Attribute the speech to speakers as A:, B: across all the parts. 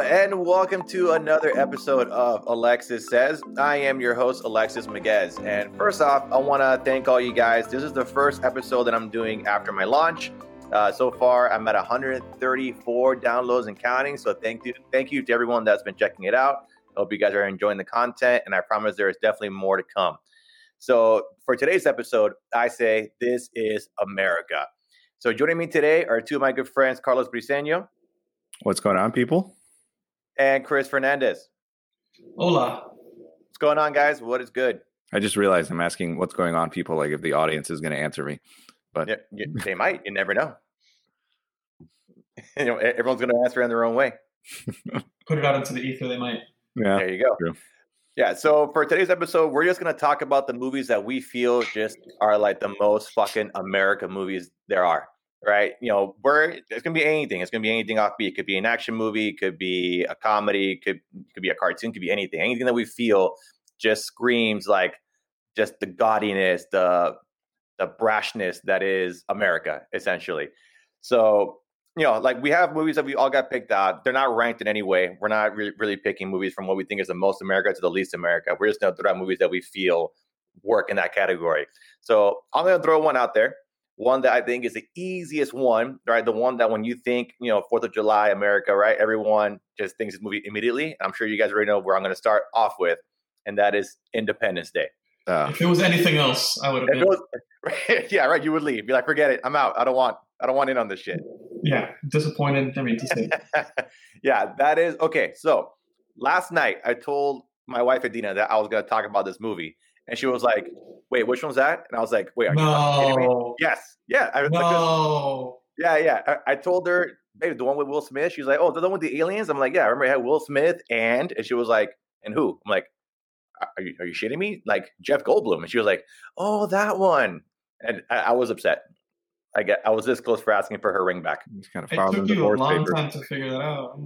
A: and welcome to another episode of Alexis Says. I am your host, Alexis Miguez. And first off, I want to thank all you guys. This is the first episode that I'm doing after my launch. Uh, so far, I'm at 134 downloads and counting. So thank you, thank you to everyone that's been checking it out. I hope you guys are enjoying the content, and I promise there is definitely more to come. So for today's episode, I say this is America. So joining me today are two of my good friends, Carlos Briseño
B: What's going on, people?
A: and Chris Fernandez.
C: Hola.
A: What's going on, guys? What is good?
B: I just realized I'm asking what's going on, people, like if the audience is going to answer me. But
A: Yeah, yeah, they might. You never know. you know, e- everyone's going to answer in their own way.
C: Put it out into the ether, they might.
B: yeah,
A: There you go.
B: true.
A: Yeah. So for today's episode, we're just going to talk about the movies that we feel just are like the most fucking America movies there are. Right. You know, we're it's going to be anything. It's going to be anything offbeat. It could be an action movie. It could be a comedy. It could it could be a cartoon. It could be anything. Anything that we feel just screams like just the gaudiness, the the brashness that is America, essentially. So you know, like we have movies that we all got picked out. They're not ranked in any way. We're not really, really picking movies from what we think is the most America to the least America. We're just going to throw out movies that we feel work in that category. So I'm going to throw one out there, one that I think is the easiest one, right? The one that when you think, you know, Fourth of July America, right? Everyone just thinks this movie immediately. I'm sure you guys already know where I'm going to start off with, and that is Independence Day.
B: uh,
C: If it was anything else, I would have
A: Ah. If it
C: been.
A: was- yeah, right. You would leave. Be like, forget it. I'm out. I don't want. I don't want in on this shit.
C: Yeah, disappointed. I mean, to say.
A: yeah, that is okay. So last night I told my wife Adina that I was going to talk about this movie, and she was like, "Wait, which one's that?" And I was like, "Wait, are you fucking kidding me?"
C: No.
A: yes, yeah, I, was like,
C: No.
A: yeah, yeah." I, I told her, "Babe, the one with Will Smith." She's like, "Oh, the one with the aliens." I'm like, "Yeah, I remember it had Will Smith and," and she was like, "And who?" I'm like, "Are are you are you shitting me?" Like Jeff Goldblum, and she was like, "Oh, that one," and I, I was upset. I get, I was this close for asking for her ring back.
B: just kind of
C: It
B: filed in
C: took you a
B: divorce
C: long
B: papers.
C: time to figure that out.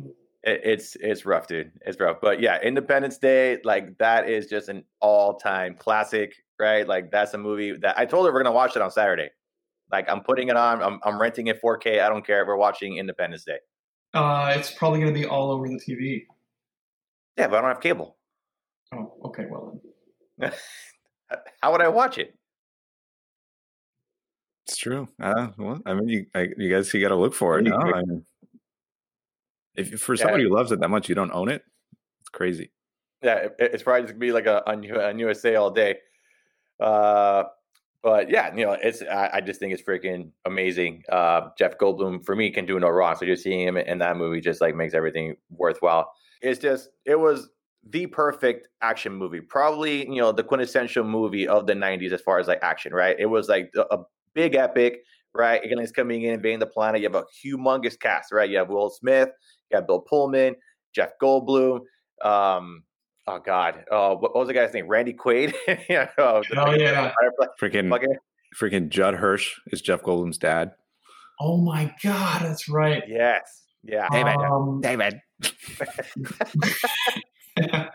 A: it, it's it's rough, dude. It's rough. But yeah, Independence Day, like that is just an all time classic, right? Like that's a movie that I told her we're gonna watch it on Saturday. Like I'm putting it on. I'm I'm renting it 4K. I don't care. We're watching Independence Day.
C: Uh, it's probably going to be all over the TV.
A: Yeah, but I don't have cable.
C: Oh, okay, well then.
A: How would I watch it?
B: It's true. Uh, well, I mean, you, I, you guys, you got to look for it.
A: Yeah.
B: No? I mean, if you- for
A: Yeah.
B: somebody who loves it that much, you don't own it. It's crazy.
A: Yeah, it, it's probably just gonna be like a on, U- on USA all day. Uh, but yeah, you know, it's I, I just think it's freaking amazing. Uh, Jeff Goldblum for me can do no wrong. So just seeing him in that movie just like makes everything worthwhile. It's just it was the perfect action movie, probably you know the quintessential movie of the '90s as far as like action. Right? It was like a, a big epic. Right? Aliens coming in, invading the planet. You have a humongous cast. Right? You have Will Smith, you have Bill Pullman, Jeff Goldblum. Um, oh God, uh, what, what was the guy's name? Randy Quaid. yeah, oh, the-
C: Oh, yeah. Hmm.
B: Freaking,
A: Fucking-
B: freaking Judd Hirsch is Jeff Goldblum's dad.
C: Oh my God, that's right.
A: Yes. Yeah.
B: Hey, man.
C: Um,
B: David.
A: Yeah.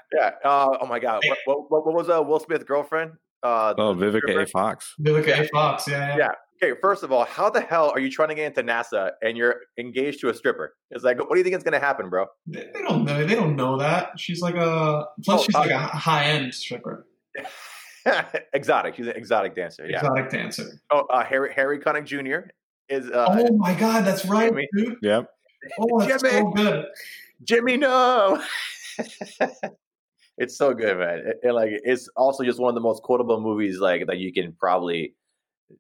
A: Uh, oh my God. What, what, what- what was uh, Will Smith's girlfriend? Uh,
B: Oh, Vivica A.
A: Remember?
B: Fox.
C: they look at Fox, yeah,
A: Yeah. okay. First of all, how the hell are you trying to get into NASA and you're engaged to a stripper? It's like, what do you think is going to happen, bro?
C: They, they don't know. They don't know that she's like a. Plus,
A: Oh,
C: she's
A: uh,
C: like a high end stripper,
A: exotic. She's an exotic dancer. Yeah.
C: exotic dancer.
A: Oh, uh, Harry Harry Connick Jr. is uh,
C: oh my God, that's right,
A: Jimmy.
C: dude.
B: Yep.
C: Oh, that's
A: Jimmy.
C: so good.
A: Jimmy. No. it's so good, man. It- it, like, it's also just one of the most quotable movies, like that you can probably,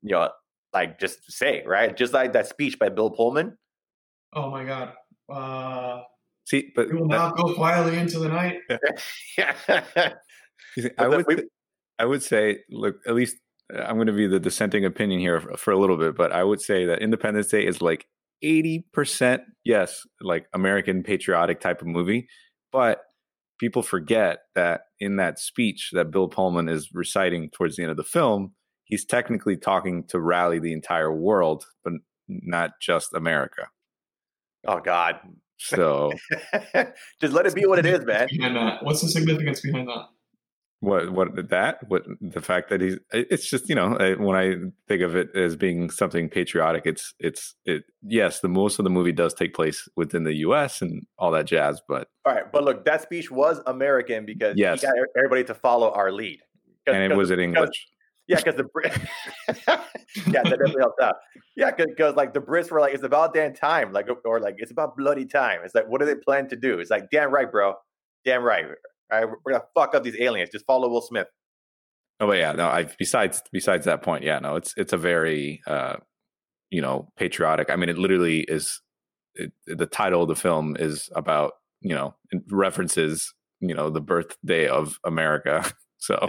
A: you know, like just say right, just like that speech by Bill Pullman.
C: Oh my god. Uh,
B: See, but
C: we will
B: that-
C: now go quietly into the night.
A: yeah,
B: You see,
A: But
B: I
A: the-
B: would,
A: we-
B: th- I would say, look, at least uh, I'm going to be the dissenting opinion here for, for a little bit, but I would say that Independence Day is like 80%, yes, like American patriotic type of movie, but people forget that in that speech that Bill Pullman is reciting towards the end of the film, he's technically talking to rally the entire world, but not just America.
A: Oh God.
B: So
A: Just let it be what it is, man.
C: Behind that. What's the significance behind that?
B: what what that what the fact that he's it- it's just you know I- when i think of it as being something patriotic it's it's it yes the most of the movie does take place within the us and all that jazz but
A: All right, but look, that speech was American because
B: Yes.
A: he got e- everybody to follow our lead. 'Cause-
B: and it
A: 'cause-
B: was in english
A: yeah, because the Brit, yeah, that definitely helped out. Yeah, because like the Brits were like, it's about damn time, like or like it's about bloody time. It's like, what do they plan to do? It's like, damn right, bro, damn right. All right, we're gonna fuck up these aliens. Just follow Will Smith.
B: oh but yeah no i besides besides that point yeah no it's it's a very uh you know patriotic i mean it literally is it, the title of the film is about you know it references you know the birthday of america so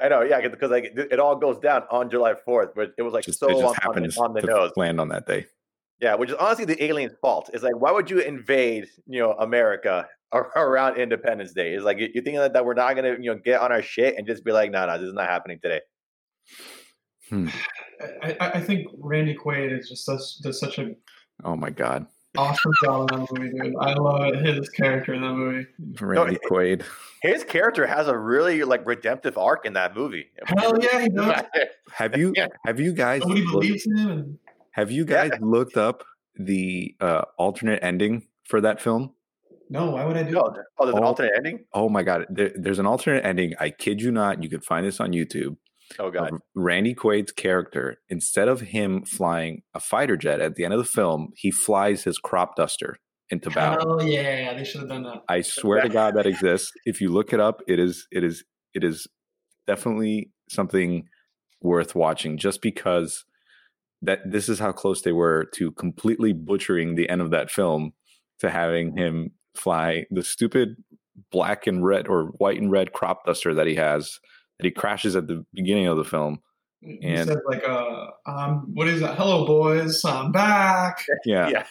A: I know, yeah, because like it it all goes down on July Fourth, but it was like
B: just,
A: so
B: it
A: on,
B: just
A: on the-
B: happens
A: on the
B: to
A: nose.
B: land on that day
A: Yeah, which is honestly the aliens' fault. It's like, why would you invade, you know, America ar- around Independence Day? It's like you- you're thinking that, that we're not gonna, you know, get on our shit and just be like, no, no, this is not happening today.
C: I, I- I think Randy Quaid is just such does such an
B: Oh my God,
C: awesome job in that movie, dude. I love his character in that movie.
B: Randy
A: it-
B: Quaid.
A: His character has a really like redemptive arc in that movie.
C: Hell yeah, he does.
B: Have you
A: Yeah.
B: have you guys
C: Nobody
B: looked-
C: believes in him. And
B: have you
A: Yeah.
B: guys looked up the uh, alternate ending for that film?
C: no, why would I do
A: No, th- oh, there's an
B: Oh.
A: alternate ending.
B: Oh my God, there, there's an alternate ending. I kid you not. You can find this on YouTube.
A: Oh god,
B: of Randy Quaid's character, instead of him flying a fighter jet at the end of the film, he flies his crop duster into
C: that?
B: battle.
C: Hell yeah, they should have done that.
B: I swear to
A: that-
B: God that exists. If you look it up, it is it is it is definitely something worth watching just because that this is how close they were to completely butchering the end of that film to having
A: Mm-hmm.
B: him fly the stupid black and red or white and red crop duster that he has that he crashes at the beginning of the film.
C: he
B: And-
C: says like, uh, um, what is that? Hello, boys, I'm back.
B: Yeah.
A: Yeah.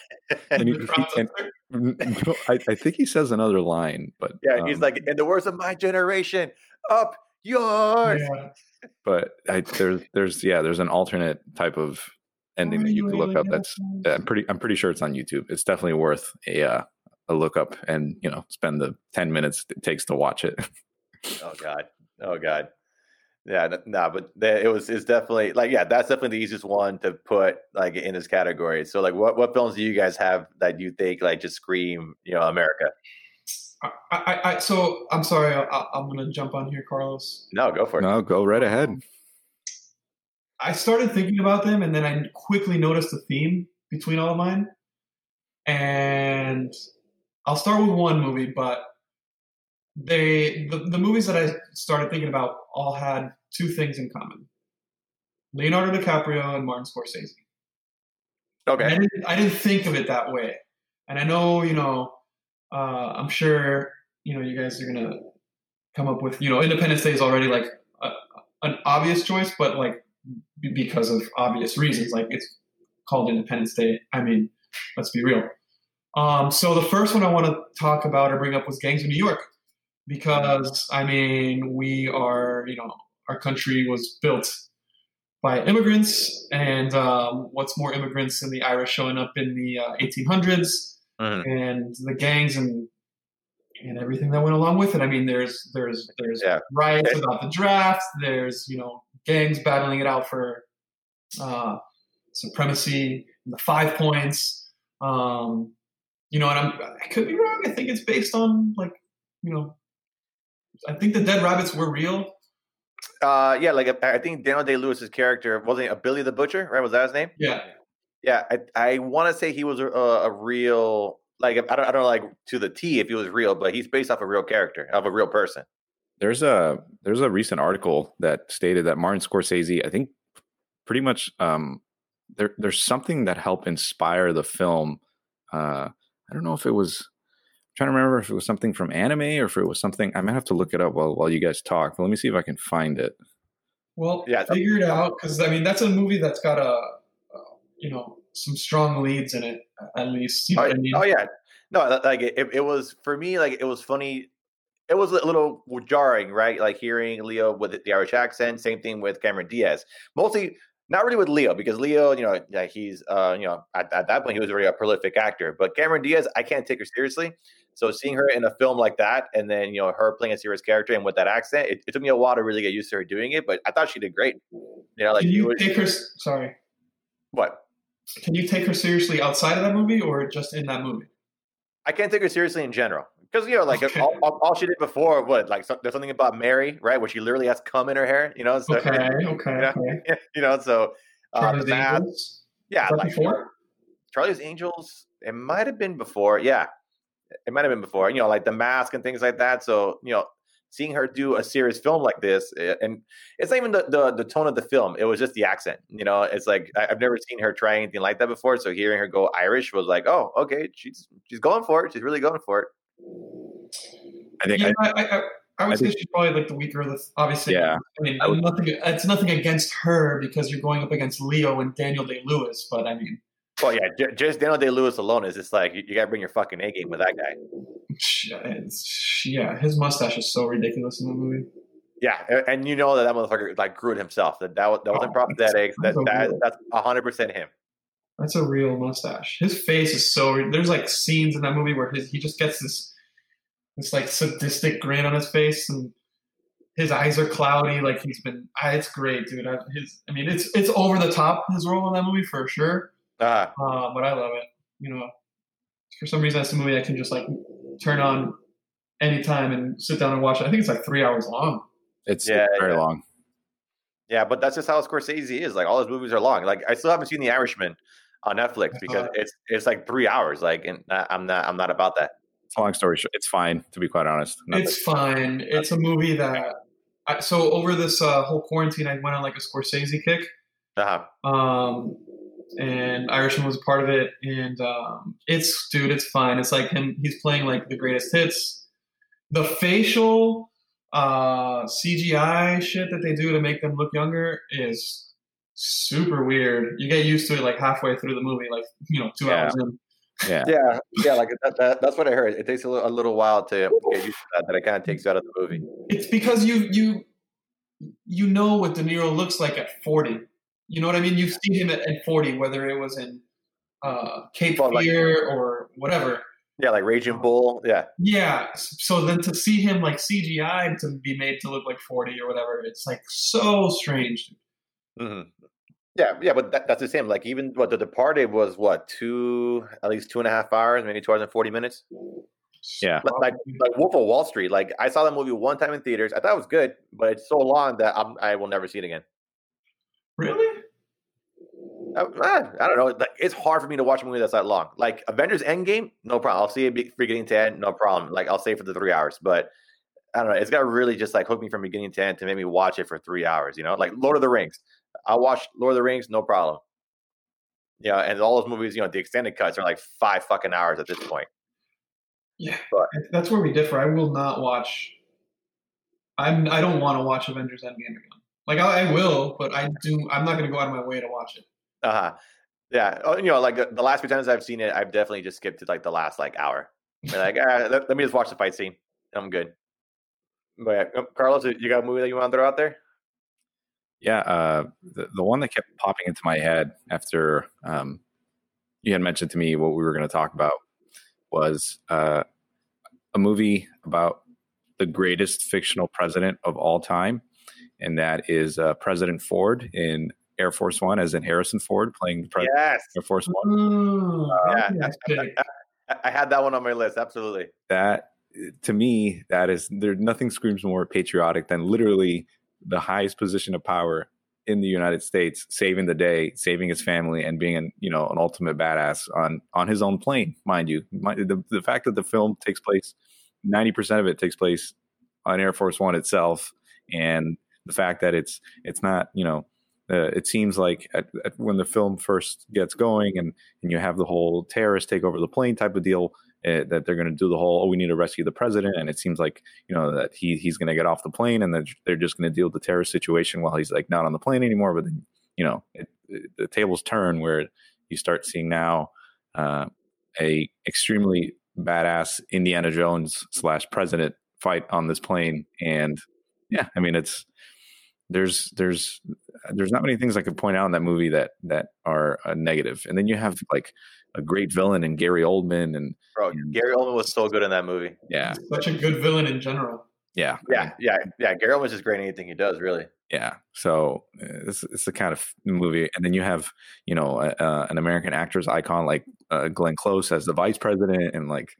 B: And he-
C: The
B: he-
C: crowd's
B: and-
C: like,
B: no, I, I think he says another line, but
A: yeah, he's
B: um,
A: like, in the words of my generation, up yours.
C: yeah.
B: but I, there's there's yeah there's an alternate type of ending that you can look up that's i'm pretty i'm pretty sure it's on youtube it's definitely worth a uh, a look up and you know spend the 10 minutes it takes to watch it
A: Oh god. Oh god. Yeah, n- nah, but the- it was it's definitely like yeah, that's definitely the easiest one to put like in this category. So like, what what films do you guys have that you think like just scream you know America?
C: I, I, I, so I'm sorry, I, I- I'm gonna jump on here, Carlos.
A: No, go for it.
B: no go right ahead
C: I started thinking about them, and then I quickly noticed a theme between all of mine. And I'll start with one movie, but they the, the movies that I started thinking about all had two things in common: Leonardo DiCaprio and Martin Scorsese. And I
A: Okay,
C: didn't, I didn't think of it that way. And I know, you know, uh, I'm sure, you know, you guys are going to come up with, you know, Independence Day is already like a, an obvious choice, but like b- because of obvious reasons, like it's called Independence Day. I mean, let's be real. Um, so the first one I want to talk about or bring up was Gangs of New York, because I mean, we are, you know, our country was built by immigrants, and um, what's more, immigrants than the Irish showing up in the uh, 1800s
A: Mhm.
C: and the gangs and and everything that went along with it. I mean, there's there's there's
A: Yeah.
C: riots about the draft. There's you know gangs battling it out for uh, supremacy, the five points. Um, you know, and I'm I could be wrong. I think it's based on like you know, I think the dead rabbits were real.
A: uh, yeah, like I I think Daniel Day Lewis's character wasn't it a Billy the Butcher, right? Was that his name?
C: Yeah,
A: Yeah, I, I want to say he was a, a real like I don't I don't know, like to the T if he was real, but he's based off a real character of a real person.
B: there's a there's a recent article that stated that Martin Scorsese, I think, pretty much um, there there's something that helped inspire the film. Uh, I don't know if it was I'm trying to remember if it was something from anime or if it was something. I might have to look it up while while you guys talk. Let me see if I can find it.
C: Well,
A: Yeah, that-
C: figure it out because I mean that's a movie that's got a, uh, you know, some strong leads in it at least. You know
A: Oh,
C: what I mean?
A: oh, yeah, no, li- like it, it was for me. Like it was funny. It was a little jarring, right? Like hearing Leo with the Irish accent. Same thing with Cameron Diaz. Mostly not really with Leo because Leo, you know, yeah, he's uh, you know at, at that point he was already a prolific actor. But Cameron Diaz, I can't take her seriously. So seeing her in a film like that, and then you know her playing a serious character and with that accent, it, it took me a while to really get used to her doing it. But I thought she did great. You know, like
C: Can
A: you
C: you
A: would,
C: take her? s- Sorry.
A: what
C: Can you take her seriously outside of that movie or just in that movie?
A: I can't take her seriously in general because you know, like
C: Okay.
A: all, all, all she did before, what like so, there's something about Mary, right, where she literally has cum in her hair. You know, so,
C: Okay. Okay.
A: Yeah.
C: Okay.
A: you know, so uh,
C: Charlie's
A: the math-
C: Angels.
A: yeah,
C: Is that
A: like
C: before?
A: Charlie's Angels. It might have been before. Yeah, it might have been before. You know, like the mask and things like that. So you know, seeing her do a serious film like this, eh, and it's not even the the, the tone of the film. It was just the accent. You know, it's like I, I've never seen her try anything like that before. So hearing her go Irish was like, oh, okay, she's she's going for it. She's really going for it.
B: I think
C: Yeah,
B: I,
C: I, I, I, I would
B: I
C: say
B: think-
C: she's probably like the weaker of the. Obviously,
B: Yeah.
C: I mean,
B: I would-
C: nothing. It's nothing against her because you're going up against Leo and Daniel Day Lewis, but I mean,
A: Well, yeah, j- just Daniel Day Lewis alone is just like you, you got to bring your fucking A game with that guy.
C: sh- it's- yeah, his mustache is so ridiculous in the movie.
A: Yeah, a- and, you know that that motherfucker like grew it himself. That that, was- that wasn't
C: Oh,
A: prosthetics. That,
C: so
A: that
C: real.
A: that's hundred percent him.
C: That's a real mustache. His face is so. There's like scenes in that movie where his he just gets this, this like sadistic grin on his face, and his eyes are cloudy. Like he's been. ah, It's great, dude. I, his, I mean, it's it's over the top his role in that movie for sure.
A: Uh,
C: Uh, but I love it. You know, for some reason that's a movie I can just like turn on anytime and sit down and watch it. I think it's like three hours long.
B: it's,
A: Yeah,
B: it's very
A: yeah.
B: long.
A: Yeah, but that's just how Scorsese is. Like all his movies are long. Like I still haven't seen The Irishman on Netflix because it's it's like three hours. Like, and I- I'm not I'm not about that.
B: It's a long story short. It's fine to be quite honest. Not
C: It's fine. It's a movie that. I, so over this uh, whole quarantine, I went on like a Scorsese kick.
A: Uh-huh.
C: um, and Irishman was a part of it. And um, it's dude, it's fine. It's like him. He's playing like the greatest hits. The facial uh, CGI shit that they do to make them look younger is super weird. You get used to it like halfway through the movie, like you know, two
B: Yeah.
C: hours in.
A: Yeah, yeah. Like that, that, that's what I heard. It takes a little, a little while to get used to that. That it kind of takes you out of the movie.
C: It's because you you you know what De Niro looks like at forty. You know what I mean? You've seen him at, at forty, whether it was in uh, Cape
A: Well, like-
C: Fear or whatever.
A: Yeah, like Raging Bull. Yeah,
C: Yeah. So then to see him like CGI to be made to look like 40 or whatever, it's like so strange.
A: hmm yeah, yeah. But that, that's the same. Like even what The Departed was what two at least two and a half hours, maybe two hours and forty minutes.
B: Yeah.
A: Like- Like Wolf of Wall Street. Like I saw that movie one time in theaters. I thought it was good, but it's so long that I'm, I will never see it again.
C: really?
A: I, Oh, eh, I don't know. Like, It's hard for me to watch a movie that's that long. Like Avengers Endgame, no problem. I'll see it be- beginning to end, no problem. Like I'll stay for the three hours. But I don't know. It's got to really just like hook me from beginning to end to make me watch it for three hours. You know, like Lord of the Rings. I watched Lord of the Rings, no problem. Yeah, and all those movies, you know, the extended cuts are like five fucking hours at this point.
C: Yeah.
A: But-
C: That's where we differ. I will not watch. I'm. I don't want to watch Avengers Endgame again. Like I, I will, but I do. I'm not going to go out of my way to watch it.
A: Uh huh. Yeah. Oh, you know, like the the last few times I've seen it, I've definitely just skipped to like the last like hour. Be like, ah, let, let me just watch the fight scene. I'm good. But yeah, oh, Carlos, you got a movie that you want to throw out there?
B: Yeah, uh, the the one that kept popping into my head after um, you had mentioned to me what we were going to talk about was uh, a movie about the greatest fictional president of all time, and that is uh, President Ford in Air Force One, as in Harrison Ford playing the president
A: Yes.
B: of Air Force One.
C: Mm,
A: yeah.
C: that's big.
A: I I had that one on my list. Absolutely.
B: that to me that is there nothing screams more patriotic than literally the highest position of power in the United States saving the day saving his family and being an you know an ultimate badass on on his own plane mind you My, the, the fact that the film takes place 90% of it takes place on Air Force 1 itself and the fact that it's it's not you know uh, it seems like at, at when the film first gets going and and you have the whole terrorist take over the plane type of deal uh, that they're going to do the whole oh we need to rescue the president and it seems like you know that he he's going to get off the plane and that they're just going to deal with the terrorist situation while he's like not on the plane anymore but then you know it, it, the tables turn where you start seeing now uh, a extremely badass Indiana Jones slash president fight on this plane and yeah I mean it's there's there's there's not many things I could point out in that movie that that are uh, negative. And then you have like a great villain in Gary Oldman, and
A: Bro,
B: Mm.
A: Gary Oldman was so good in that movie.
B: yeah,
C: Such a good villain in general.
B: yeah, I mean,
A: Yeah, yeah, yeah. Gary Oldman's just great in anything he does, really.
B: yeah. So uh, it's it's the kind of movie. And then you have you know uh, uh, an American actress icon like uh, Glenn Close as the vice president, and like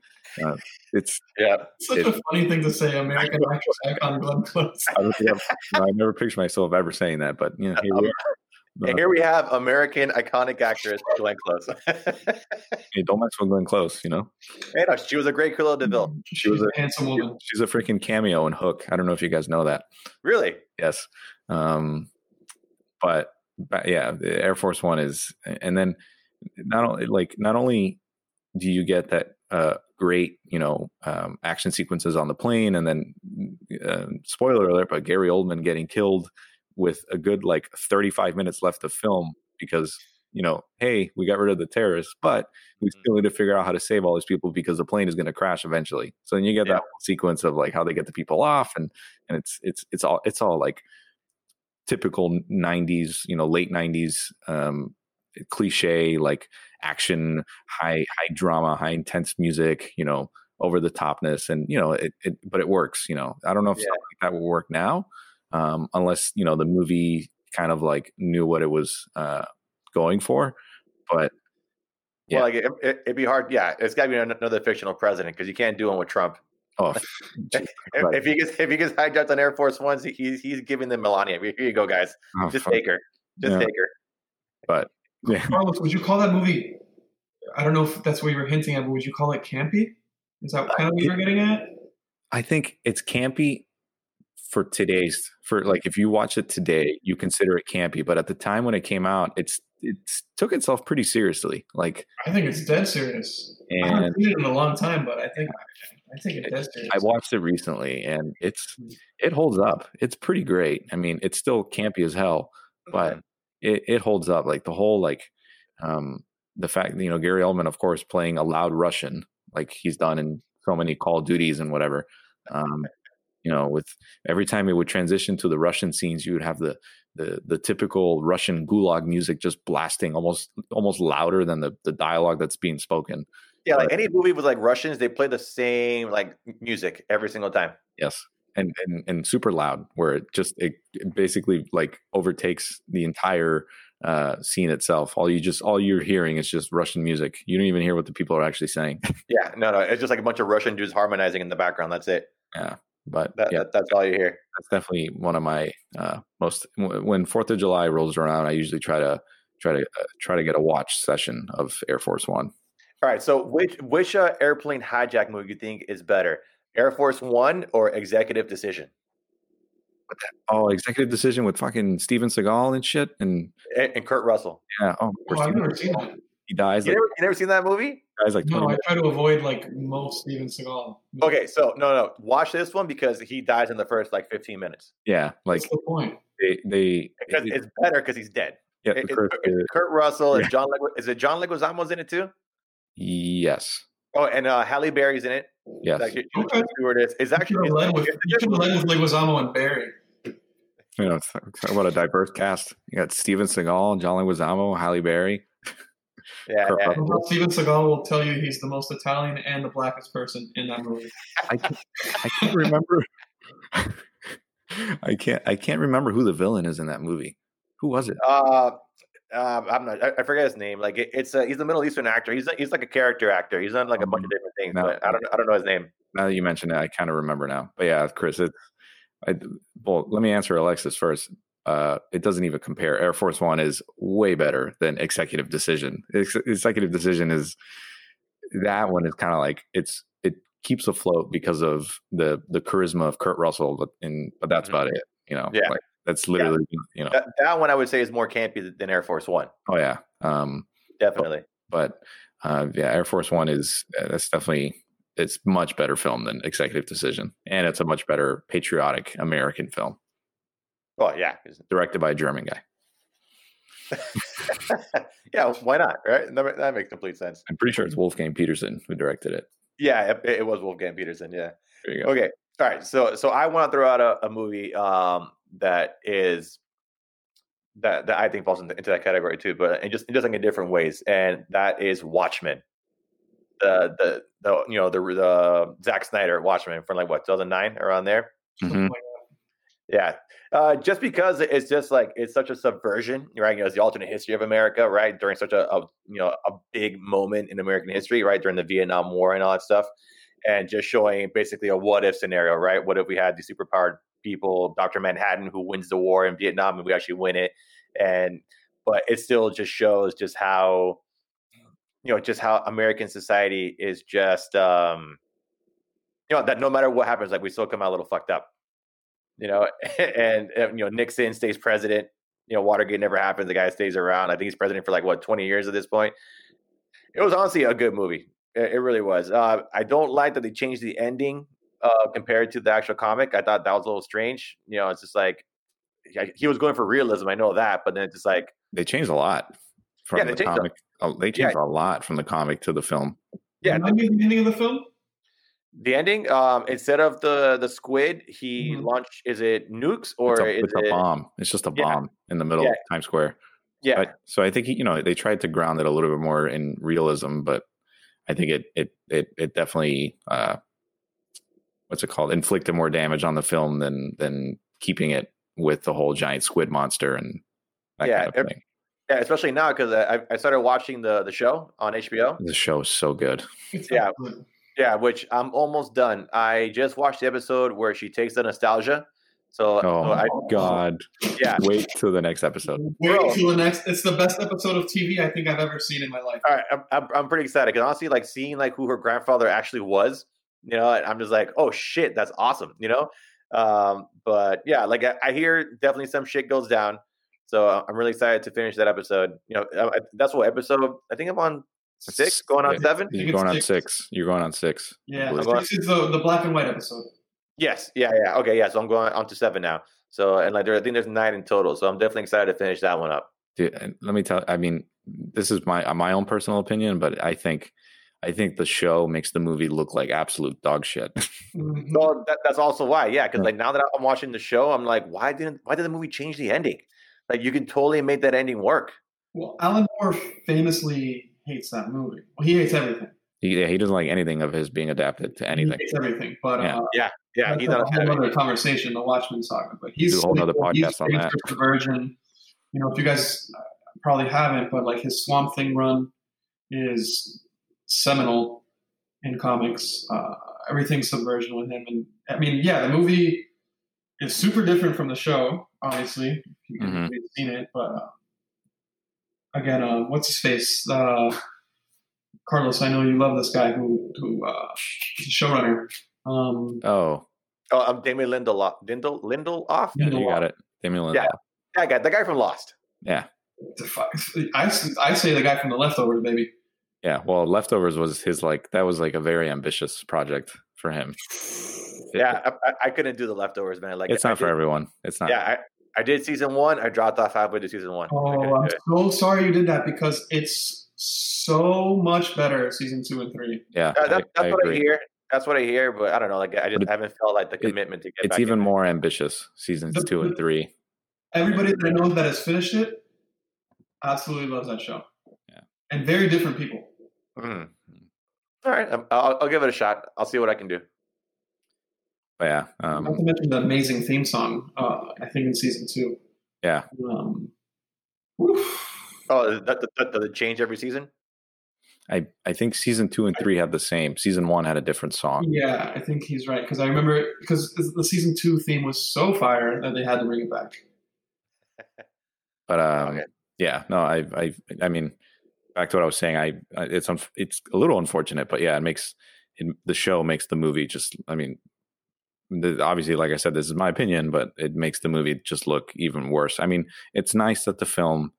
B: uh, it's
A: Yeah.
C: Such a funny thing to say. American actress icon Glenn Close.
B: I don't think I've, no, I've never pictured myself ever saying that, but you know, here we are.
A: And here we have American iconic actress Glenn Close.
B: Uh, Hey, don't mess with Glenn Close. You know,
A: hey, no, oh, she was a great Cruella DeVille.
B: Mm-hmm.
C: She was a handsome woman.
B: she's a freaking cameo in Hook. I don't know if you guys know that.
A: Really?
B: Yes. Um, but, but yeah, the Air Force One is, and then not only like not only do you get that uh, great you know um, action sequences on the plane, and then um spoiler alert, but Gary Oldman getting killed with a good like 35 minutes left of film because you know hey we got rid of the terrorists but we still need to figure out how to save all these people because the plane is going to crash eventually so then you get
A: Yeah.
B: that whole sequence of like how they get the people off and and it's it's it's all it's all like typical 90s you know late 90s um cliche like action high high drama high intense music you know over the topness and you know it, it but it works you know i don't know if
A: Yeah.
B: something like that will work now um unless you know the movie kind of like knew what it was uh going for but Yeah.
A: Well, like it, it, would be hard. Yeah, it's got to be an- another fictional president because you can't do one with Trump.
B: oh Jesus
A: If,
B: Right.
A: if he gets if he gets hijacked on Air Force Ones, he, he's he's giving them Melania. Here you go, guys.
B: oh,
A: Just
B: fuck.
A: take her. Just
B: Yeah.
A: take her.
B: yeah
C: Carlos, would you call that movie? I don't know if that's what you were hinting at, but would you call it campy? Is that kind of what you were getting at?
B: I think it's campy for today's for like if you watch it today, you consider it campy. But at the time when it came out, it's it's took itself pretty seriously. Like
C: I think it's dead serious. I
B: and
C: haven't seen it in a long time, but I think I think it's dead serious.
B: I watched it recently and it's it holds up. It's pretty great. I mean, it's still campy as hell, but it, it holds up. Like the whole like um the fact that you know Gary Oldman, of course, playing a loud Russian, like he's done in so many Call of Duties and whatever. Um, you know, with every time it would transition to the Russian scenes, you would have the the the typical Russian gulag music just blasting almost almost louder than the the dialogue that's being spoken.
A: Yeah, like any movie with like Russians, they play the same like music every single time.
B: Yes. And, and and super loud where it just it, it basically like overtakes the entire uh scene itself all you just all you're hearing is just russian music you don't even hear what the people are actually saying
A: Yeah, no, no, it's just like a bunch of Russian dudes harmonizing in the background. That's it.
B: but
A: That,
B: yeah
A: that- that's all you hear.
B: that's definitely one of my uh most w- when fourth of july rolls around i usually try to try to uh, try to get a watch session of air force one
A: All right, so which which uh, airplane hijack movie you think is better, Air Force One or Executive Decision?
B: oh executive decision with fucking steven seagal and shit and
A: And, and Kurt Russell.
B: yeah oh,
C: Oh,
B: where
C: I've
B: Steven-
C: never seen that.
B: he dies
A: You
B: like,
A: never, you never seen that movie?
B: dies like 20
C: No, I
B: minutes.
C: try to avoid like most Steven Seagal. movies.
A: Okay, so no, no, watch this one because he dies in the first like 15 minutes.
B: yeah like
C: What's the point?
B: they they
A: Because
B: it-
A: it's better because he's dead.
B: yeah,
A: It-
B: the
A: it-
B: curse- uh,
A: Kurt Russell and
B: Yeah.
A: John Legu- is it John Leguizamo's in it too?
B: Yes.
A: Oh, and uh, Halle Berry's in it.
B: Yes.
A: Like, she- she-
C: Okay.
A: stewardess. It's
C: You should
A: actually
C: have led with,
A: it's-
C: you should have led with Leguizamo and Barry.
B: You know, it's- it's- what a diverse cast. You got Steven Seagal, John Leguizamo, Halle Berry.
A: yeah, yeah.
C: Well, Steven Seagal will tell you he's the most Italian and the blackest person in that movie.
B: I can't, I can't remember. I can't. I can't remember who the villain is in that movie. Who was it?
A: Uh, um, I'm not. I, I forget his name. Like it, it's a, he's a Middle Eastern actor. He's a, he's like a character actor. He's done like a bunch of different things,
B: Um, No.
A: but I don't I don't know his name.
B: Now that you mentioned it, I kind of remember now. But yeah, Chris. It, I, well, let me answer Alexis first. Uh, it doesn't even compare. Air Force One is way better than Executive Decision. Ex- executive Decision is that one is kind of like it's it keeps afloat because of the the charisma of Kurt Russell, but in but that's about it. You know,
A: Mm-hmm. Yeah.
B: like, that's literally you know.
A: That, that one I would say is more campy than Air Force One,
B: Oh yeah, um,
A: definitely.
B: but uh, yeah, Air Force One is uh, that's definitely it's much better film than Executive Decision, and it's a much better patriotic American film
A: Oh yeah, 'cause-
B: directed by a German guy
A: yeah. Why not? Right? That, ma- that makes complete sense.
B: I'm pretty sure
A: Mm-hmm.
B: it's Wolfgang Peterson who directed it.
A: Yeah, it, it was Wolfgang Peterson. Yeah.
B: There you go.
A: Okay. All right. So so I want to throw out a, a movie um, that is that that I think falls into, into that category too, but it just it just like in different ways, and that is Watchmen. The the the you know the the Zack Snyder Watchmen from like what 2009 around there.
B: Mhm.
A: Yeah, uh, just because it's just like it's such a subversion, right? You know, it's the alternate history of America, right? During such a, a you know a big moment in American history, right? During the Vietnam War and all that stuff, and just showing basically a what if scenario, right? What if we had these superpowered people, Doctor Manhattan, who wins the war in Vietnam, and we actually win it, and but it still just shows just how you know just how American society is just um you know that no matter what happens, like we still come out a little fucked up you know, and, and, you know Nixon stays president. You know, Watergate never happened. The guy stays around. I think he's president for like what twenty years at this point. It was honestly a good movie. It, it really was. Uh, I don't like that they changed the ending uh, compared to the actual comic. I thought that was a little strange. You know, it's just like I- he was going for realism. I know that, but then it's just like
B: They changed a lot from
A: Yeah, they
B: the
A: changed a-
B: comic. oh, they changed a lot from the comic to the film.
A: yeah,
C: Remind me of the beginning of the film.
B: Mm-hmm.
A: the ending. Um, instead of the the squid, he
C: Mhm.
A: launched. Is it nukes or is
B: Mm-hmm. it's a, it's a
A: it
B: bomb. It's just a
A: Yeah.
B: bomb in the middle
A: Yeah.
B: of Times Square.
A: yeah?
B: But, so I think you know they tried to ground it a little bit more in realism, but I think it it it it definitely uh, what's it called inflicted more damage on the film than than keeping it with the whole giant squid monster and that
A: Yeah,
B: kind of
A: every-
B: thing.
A: yeah, especially now because I, I started watching the the show on HBO.
B: The show is so good.
C: It's
A: Yeah.
C: excellent.
A: Yeah, which I'm almost done. I just watched the episode where she takes the nostalgia. So,
B: Oh
A: so
B: my
A: I,
B: god!
A: yeah.
B: Wait till the next episode.
C: Wait
A: Bro.
C: until the next. It's the best episode of TV I think I've ever seen in my life.
A: All right, I'm, I'm, I'm pretty excited because honestly, like seeing like who her grandfather actually was, you know, and I'm just like, oh shit, that's awesome, you know. Um, but yeah, like I, I hear definitely some shit goes down, so uh, I'm really excited to finish that episode. You know, uh, I, I- that's what episode I think I'm on six, going on
B: Yeah.
A: seven.
B: You're
C: think
B: going
C: it's
B: on
C: six.
B: six. You're going on six.
C: Yeah,
B: Blue.
A: Blue.
C: this is the, the black and white episode.
A: Yes, yeah, yeah, okay, yeah. So I'm going on to seven now. So and like there, I think there's nine in total. So I'm definitely excited to finish that one up.
B: Dude, and let me tell. I mean, this is my my own personal opinion, but I think I think the show makes the movie look like absolute dog shit.
C: Mhm.
A: Well, that, that's also why, yeah. Because
B: Yeah.
A: like now that I'm watching the show, I'm like, why didn't why did the movie change the ending? Like you can totally make that ending work.
C: Well, Alan Moore famously hates that movie. Well, he hates everything.
B: he, yeah, he doesn't like anything of his being adapted to
C: He
B: anything.
C: hates everything. But
B: Yeah.
C: uh,
A: Yeah,
C: that's
A: he's
C: a
A: not a fan
C: whole
A: of
C: other
A: it.
C: conversation, the Watchmen saga. But he's
B: Do a whole nother
C: he's
B: podcast on
C: famous
B: that.
C: for Subversion. You know, if you guys uh, probably haven't, but like his Swamp Thing run is seminal in comics. Uh, everything's subversion with him, and I mean, yeah, the movie is super different from the show. Obviously, if you- if
B: Mhm.
C: you've seen it, but uh, again, uh, what's his face? Uh, Carlos, I know you love this guy who who uh, is a showrunner. Um,
B: Oh,
A: Oh, I'm Damien Lindelof. Lindel Lindelof.
B: yeah, you
C: Lindelof.
B: got it. Damien Lindelof.
A: Yeah. That guy, the guy from Lost.
B: Yeah.
C: the fuck- I, I say the guy from the leftovers, baby.
B: Yeah. Well, Leftovers was his like that was like a very ambitious project for him. It-
A: Yeah, I, I, I couldn't do the leftovers, man. Like
B: it's
A: I
B: not for
A: did-
B: everyone. It's not.
A: Yeah, I, I did season one. I dropped off halfway to season one. I couldn't
C: Oh,
A: do
C: I'm
A: it.
C: so sorry you did that because it's so much better season two and three.
B: Yeah.
A: Uh, that-
B: I-
A: that's
B: I
A: what I
B: agree.
A: hear. That's what I hear. But I don't know. Like I just
B: it-
A: haven't felt like the
B: it-
A: commitment to get.
B: It's
A: back
B: even
A: in.
B: more ambitious seasons
C: The-
B: two and three.
C: Everybody that I know that has finished it absolutely loves that show.
B: Yeah.
C: And very different people.
A: Mm. All right, I'm- I'll, I'll give it a shot. I'll see what I can do.
B: But yeah.
C: Not
B: Um,
C: to mention the amazing theme song, uh, I think in season two.
B: yeah.
C: Um, oof.
A: Oh, that, that, that, that change every season.
B: I, I think season two and three had the same. Season one had a different song.
C: yeah, I think he's right because I remember because the season two theme was so fire that they had to bring it back.
B: But um,
A: Okay.
B: yeah, no, I, I, I mean, back to what I was saying. I, I it's, unf it's a little unfortunate, but yeah, it makes it, the show makes the movie just. I mean, the, obviously, like I said, this is my opinion, but it makes the movie just look even worse. I mean, it's nice that the film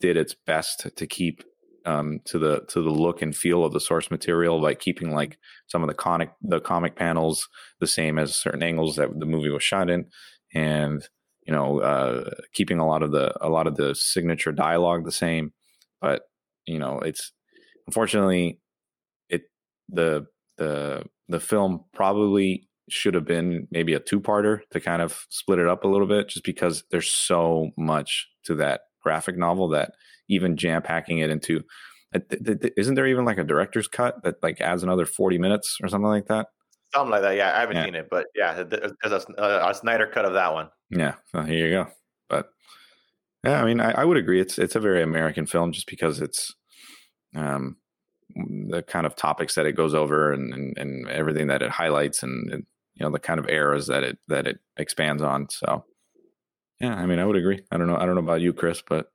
B: did its best to keep um to the to the look and feel of the source material by keeping like some of the comic the comic panels the same as certain angles that the movie was shot in and you know uh keeping a lot of the a lot of the signature dialogue the same but you know it's unfortunately it the the the film probably should have been maybe a two-parter to kind of split it up a little bit, just because there's so much to that graphic novel that even jam packing it into. uh, th- th- th- Isn't there even like a director's cut that like adds another forty minutes or something like that?
A: Something like that. Yeah, I haven't
B: Yeah.
A: seen it, but yeah, th- there's a, uh, a, a Snyder cut of that one.
B: Yeah, well, here you go. But yeah, I mean, I, I would agree. It's it's a very American film just because it's um, the kind of topics that it goes over and and, and everything that it highlights and, and you know the kind of eras that it that it expands on. So yeah, I mean, I would agree. I don't know. I don't know about you, Chris, but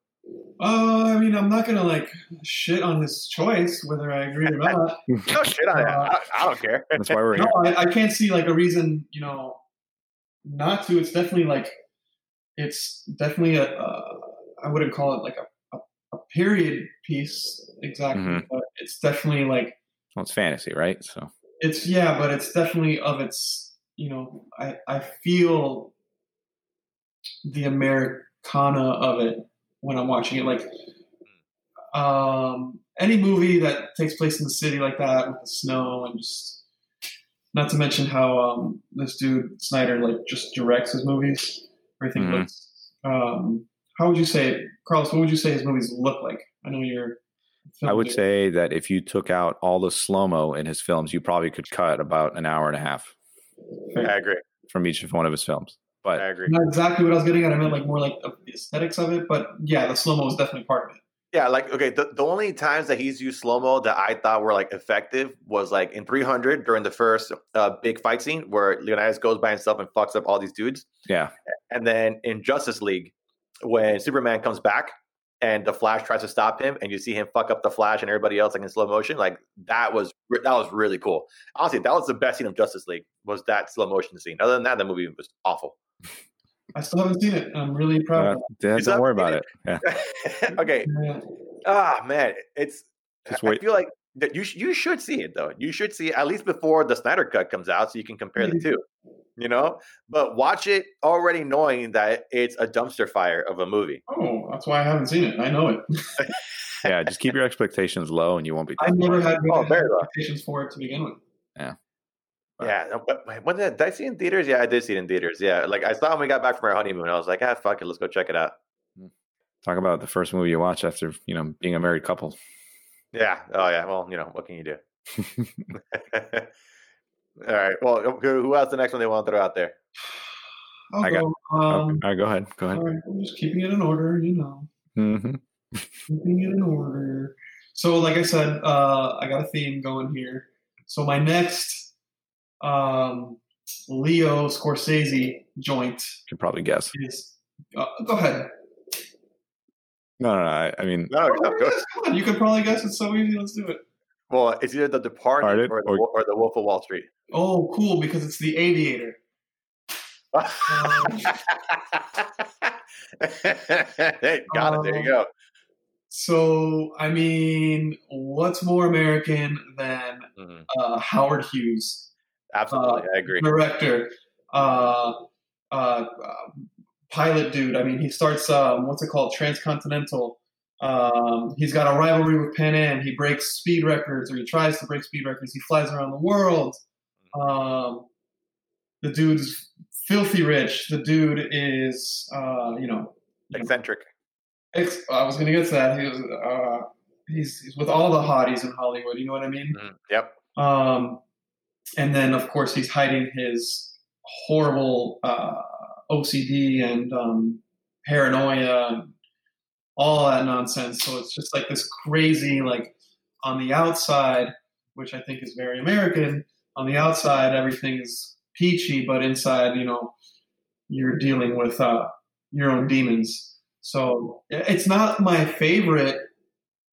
C: Uh, I mean, I'm not gonna like shit on his choice, whether I agree or not.
A: No Oh, shit on it. I, I don't care.
B: that's why we're here.
C: No, I, I can't see like a reason, you know, not to. It's definitely like, it's definitely a. Uh, I wouldn't call it like a, a, a period piece exactly,
B: Mhm.
C: but it's definitely like
B: Well, it's fantasy, right? So
C: it's yeah, but it's definitely of its. You know, I I feel the Americana of it when I'm watching it. Like um, any movie that takes place in the city like that with the snow and just not to mention how um, this dude Snyder like just directs his movies. Everything
B: Mhm.
C: looks. Um, how would you say, Carlos? What would you say his movies look like? I know you're. a film
B: I would
C: dude.
B: say that if you took out all the slow mo in his films, you probably could cut about an hour and a half
A: I agree.
B: from each of one of his films.
A: I
B: But
A: agree.
C: not exactly what I was getting at. I meant like more like of the aesthetics of it, but yeah, the slow mo is definitely part of it.
A: Yeah, like okay, the, the only times that he's used slow mo that I thought were like effective was like in 300 during the first uh, big fight scene where Leonidas goes by himself and fucks up all these dudes,
B: yeah,
A: and then in Justice League when Superman comes back and the Flash tries to stop him, and you see him fuck up the Flash and everybody else like in slow motion, like that was re- that was really cool. Honestly, that was the best scene of Justice League was that slow motion scene. Other than that, the movie was awful.
C: I still haven't seen it. and I'm really
B: uh,
C: proud.
B: don't
A: Is that-
B: worry about it. Yeah.
A: okay,
C: of it.
A: ah man, it's
B: Just
A: I
B: wait.
A: feel like that you sh- you should see it though. You should see it at least before the Snyder cut comes out, so you can compare the
C: Mhm.
A: two. You know, but watch it already knowing that it's a dumpster fire of a movie.
C: Oh, that's why I haven't seen it. I know it.
B: yeah, just keep your expectations low and you won't be.
C: I never had
A: Oh,
C: really
A: very low.
C: expectations for it to begin with.
B: Wow.
A: Yeah, no, but wait, when did, did I see it in theaters? Yeah, I did see it in theaters. Yeah, like I saw it when we got back from our honeymoon. I was like, ah, fuck it, let's go check it out.
B: Talk about the first movie you watch after you know being a married couple.
A: Yeah. Oh yeah. Well, you know, what can you do? All right. Well, who who else? The next one they want to throw out there?
C: I'll
B: I got-
C: go,
B: okay.
C: um,
B: All right, go ahead. Go
A: uh,
B: ahead.
C: all right, I'm just keeping it in order, you know,
B: hmm
C: keeping it in order. So, like I said, uh, I got a theme going here. So my next um, Leo Scorsese joint
B: Should probably guess.
C: is. Uh, go ahead.
B: No, no, no. I, I mean,
A: No, Oh, no, go.
C: Come on, you could probably guess. It's so easy. Let's do it.
A: Well, it's either The Departed
B: Departed
A: or, the,
B: or-
A: Wo- or the Wolf of Wall Street.
C: Oh, cool! Because it's the Aviator. Um,
A: hey, got it.
C: um,
A: There you go.
C: so, I mean, what's more American than
A: Mhm.
C: uh, Howard Hughes,
A: Absolutely, I agree.
C: director, uh, uh, uh, pilot dude? I mean, he starts um, what's it called, transcontinental. Um, he's got a rivalry with Pan Am. He breaks speed records, or he tries to break speed records. He flies around the world. Um, the dude's filthy rich. The dude is, uh, you know,
A: Eccentric.
C: Ex- I was gonna get to that. He was, uh, he's, he's with all the hotties in Hollywood. You know what I mean?
A: Mhm. Yep.
C: Um, and then of course he's hiding his horrible uh, OCD and um, paranoia, and all that nonsense. So it's just like this crazy, like on the outside, which I think is very American. On the outside, everything is peachy, but inside, you know, you're dealing with uh, your own demons. So it's not my favorite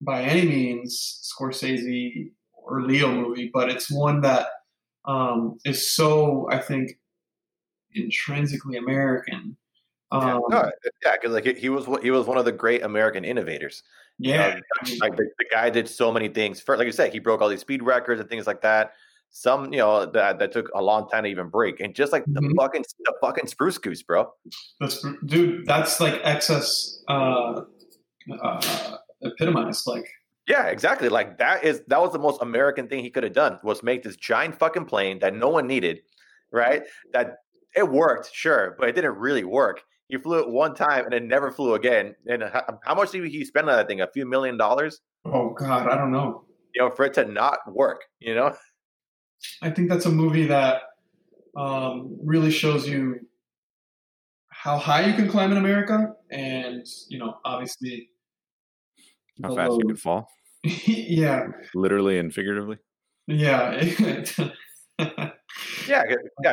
C: by any means, Scorsese or Leo movie, but it's one that um, is so, I think, intrinsically American. Um,
A: yeah, no, yeah, because like he- he was one- he was one of the great American innovators. You know,
C: yeah. I mean,
A: like the, the guy did so many things. First, like you said, he broke all these speed records and things like that. Some, you know, that, that took a long time to even break, and just like the
C: Mhm.
A: fucking the fucking spruce goose, bro.
C: That's dude. That's like excess uh, uh, epitomized. Like
A: Yeah, exactly. Like that is that was the most American thing he could have done was make this giant fucking plane that no one needed, right? That it worked, sure, but it didn't really work. He flew it one time and it never flew again. And how, how much did he spend on that thing? A few million dollars,
C: Oh God, I don't know.
A: you know, for it to not work. You know,
C: I think that's a movie that um, really shows you how high you can climb in America, and you know, obviously,
B: How fast you can fall,
C: yeah,
B: literally and figuratively.
C: yeah,
A: yeah, 'cause- yeah,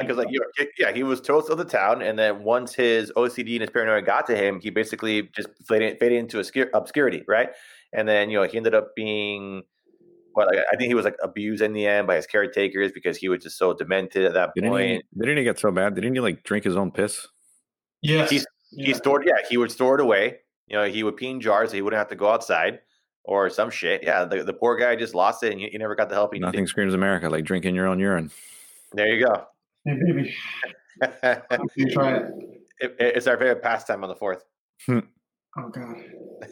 A: because like you know, yeah, he was toast of the town, and then once his OCD and his paranoia got to him, he basically just faded, faded into obscur- obscurity, right? And then you know he ended up being. Well, like, I think he was like abused in the end by his caretakers because he was just so demented at that
B: Didn't he,
A: point.
B: didn't he get so bad? Didn't he like drink his own piss?
C: yes,
A: He's-
C: yeah.
A: He stored, yeah, he would store it away. You know, he would pee in jars so he wouldn't have to go outside or some shit. Yeah, the, the poor guy just lost it and he, he never got the help he
B: Nothing
A: needed.
B: screams America like drinking your own urine.
A: There you go.
C: Hey, baby,
A: It-
C: you try it.
A: it- it's our favorite pastime on the fourth.
C: Oh God.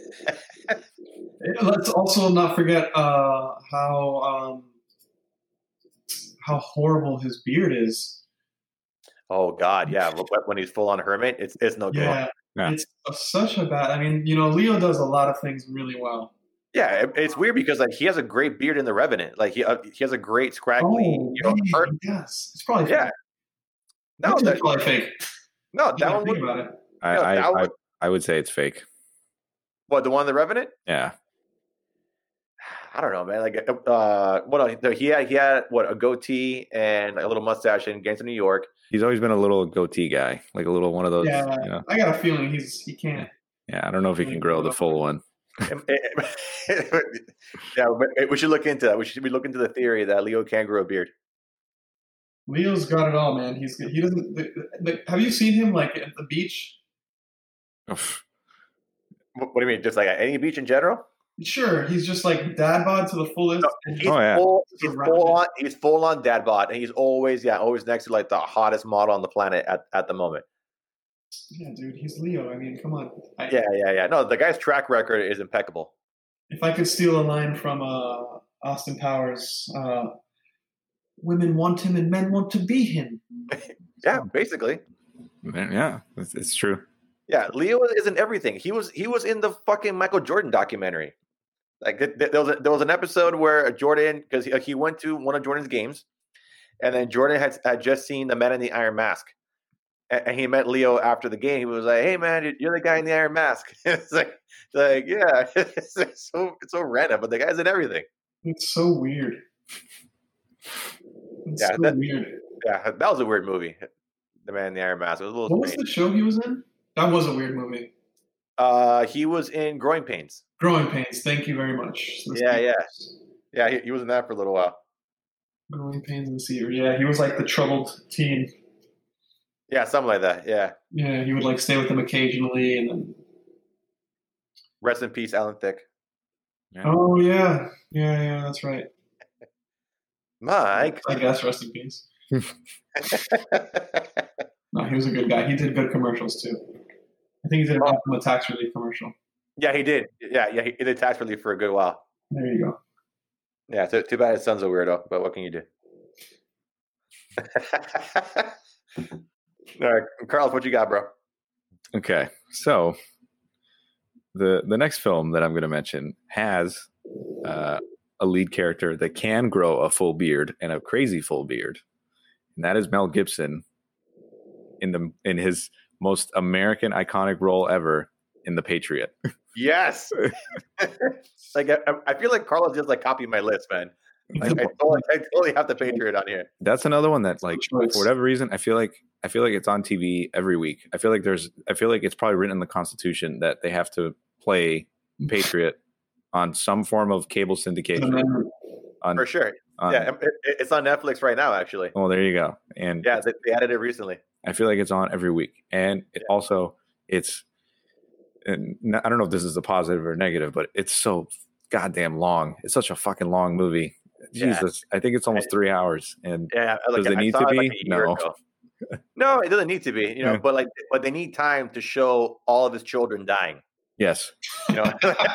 C: Let's also not forget uh, how um, how horrible his beard is.
A: Oh God, yeah. wh- wh- When he's full on hermit, it's it's no good. Oh, Yeah,
C: Yeah,
B: Yeah.
C: it's such a bad. I mean, you know, Leo does a lot of things really well.
A: it- it's weird because like he has a great beard in the Revenant. Like he uh, he has a great scraggly.
C: Oh,
A: you know,
C: wait,
A: her-
C: yes, it's probably
A: Yeah,
C: fake.
A: no,
C: Actually,
A: that,
C: it's probably fake.
A: no,
C: Now
A: that
C: I
A: one.
C: think
A: Would,
C: about it.
B: I,
A: No,
B: I,
A: that
B: I,
A: would-
B: I would say it's fake.
A: what the one in the Revenant?
B: Yeah.
A: I don't know, man. Like, uh, what else? No, he had he had what a goatee and a little mustache in Gangs of New York.
B: He's always been a little goatee guy, like a little one of those.
C: Yeah.
B: Yeah. You know,
C: I got a feeling he's he can't.
B: yeah I don't know if he can grow the full one.
A: yeah, eh, we- we should look into that. We should we look into the theory that Leo can grow a beard.
C: Leo's got it all, man. He's he doesn't. The, the, have you seen him like at the beach?
B: Oof.
A: Wh- What do you mean? Just like at any beach in general?
C: Sure, he's just like dad bod to the fullest. and
A: He's
B: Oh, yeah.
A: full,
C: He's
A: he's
C: surrounded.
A: full on. He's full on dad bod, and he's always yeah, always next to like the hottest model on the planet at, at the moment.
C: yeah, dude, he's Leo. I mean, come on. I,
A: Yeah, yeah, yeah. No, the guy's track record is impeccable.
C: If I could steal a line from uh, Austin Powers, uh, women want him and men want to be him.
A: Yeah, basically.
B: Yeah. It's, it's true.
A: Yeah, Leo is in everything. He was he was in the fucking Michael Jordan documentary. Like th- th- there was a, there was an episode where Jordan because he, he went to one of Jordan's games, and then Jordan had had just seen the Man in the Iron Mask, and, and he met Leo after the game. He was like, "Hey man, you're the guy in the Iron Mask." it's like like yeah, it's like so it's so random, but the guy's in everything.
C: It's so weird. It's
A: Yeah,
C: so
A: that-
C: weird.
A: Yeah, that was a weird movie. The Man in the Iron Mask. It was a little
C: What was
A: strange.
C: the show he was in? That was a weird movie.
A: Uh, he was in Growing Pains.
C: Growing Pains. Thank you very much.
A: Yeah, yeah, yeah. He, he was in that for a little while.
C: Growing Pains and Seer. Yeah, he was like the troubled teen.
A: Yeah, something like that. Yeah.
C: Yeah, he would like stay with them occasionally, and then
A: Rest in peace, Alan Thick.
C: oh yeah, yeah, yeah, that's right.
A: Mike.
C: I guess rest in peace. No, he was a good guy. He did good commercials too. I think he did a Optima tax relief commercial.
A: yeah, he did. Yeah, yeah, he did tax relief for a good while.
C: There you go.
A: Yeah, too, too bad his son's a weirdo, but what can you do? All right, Carlos, what you got, bro?
B: Okay. So the the next film that I'm going to mention has uh, a lead character that can grow a full beard and a crazy full beard, and that is Mel Gibson in the in his most American iconic role ever in The Patriot.
A: Yes. like I, I feel like Carlos just like copied my list, man. Like, I, totally, I totally have to Patriot on here.
B: That's another one that like
C: choice.
B: for whatever reason I feel like I feel like it's on TV every week. I feel like there's I feel like it's probably written in the Constitution that they have to play Patriot on some form of cable
C: An
B: syndication.
C: amendment.
B: On,
A: For sure.
B: on-
A: Yeah, it, it- it's on Netflix right now, actually.
B: Oh, Um, there you go. And
A: Yeah, they, they added it recently.
B: I feel like it's on every week. And it also, it's, and n- I don't know if this is a positive or negative, but it's so goddamn long. It's such a fucking long movie.
A: Yeah.
B: Jesus, I think it's almost three hours. And
A: Yeah, I- like,
B: Does it
A: I
B: need
A: saw
B: to
A: it, like,
B: be?
A: a year
B: No.
A: ago. no, it doesn't need to be. You know,
B: Yeah.
A: but like, but they need time to show all of his children dying.
B: Yes.
A: You know,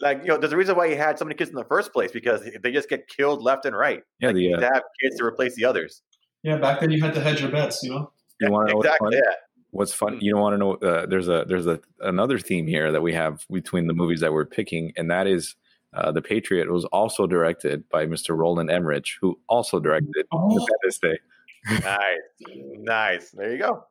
A: like you know, there's a reason why he had so many kids in the first place because they just get killed left and right.
B: Yeah. The, uh,
A: To have kids to replace the others.
C: yeah, back then you had to hedge your bets, you know.
B: you want to know what's
A: exactly. Mm-hmm.
B: funny?
A: Yeah.
B: What's fun? You want to know? Uh, there's a there's a another theme here that we have between the movies that we're picking, and that is uh, the Patriot was also directed by Mr. Roland Emmerich, who also directed
C: Oh,
B: Independence Day,
A: Nice, nice. There you go.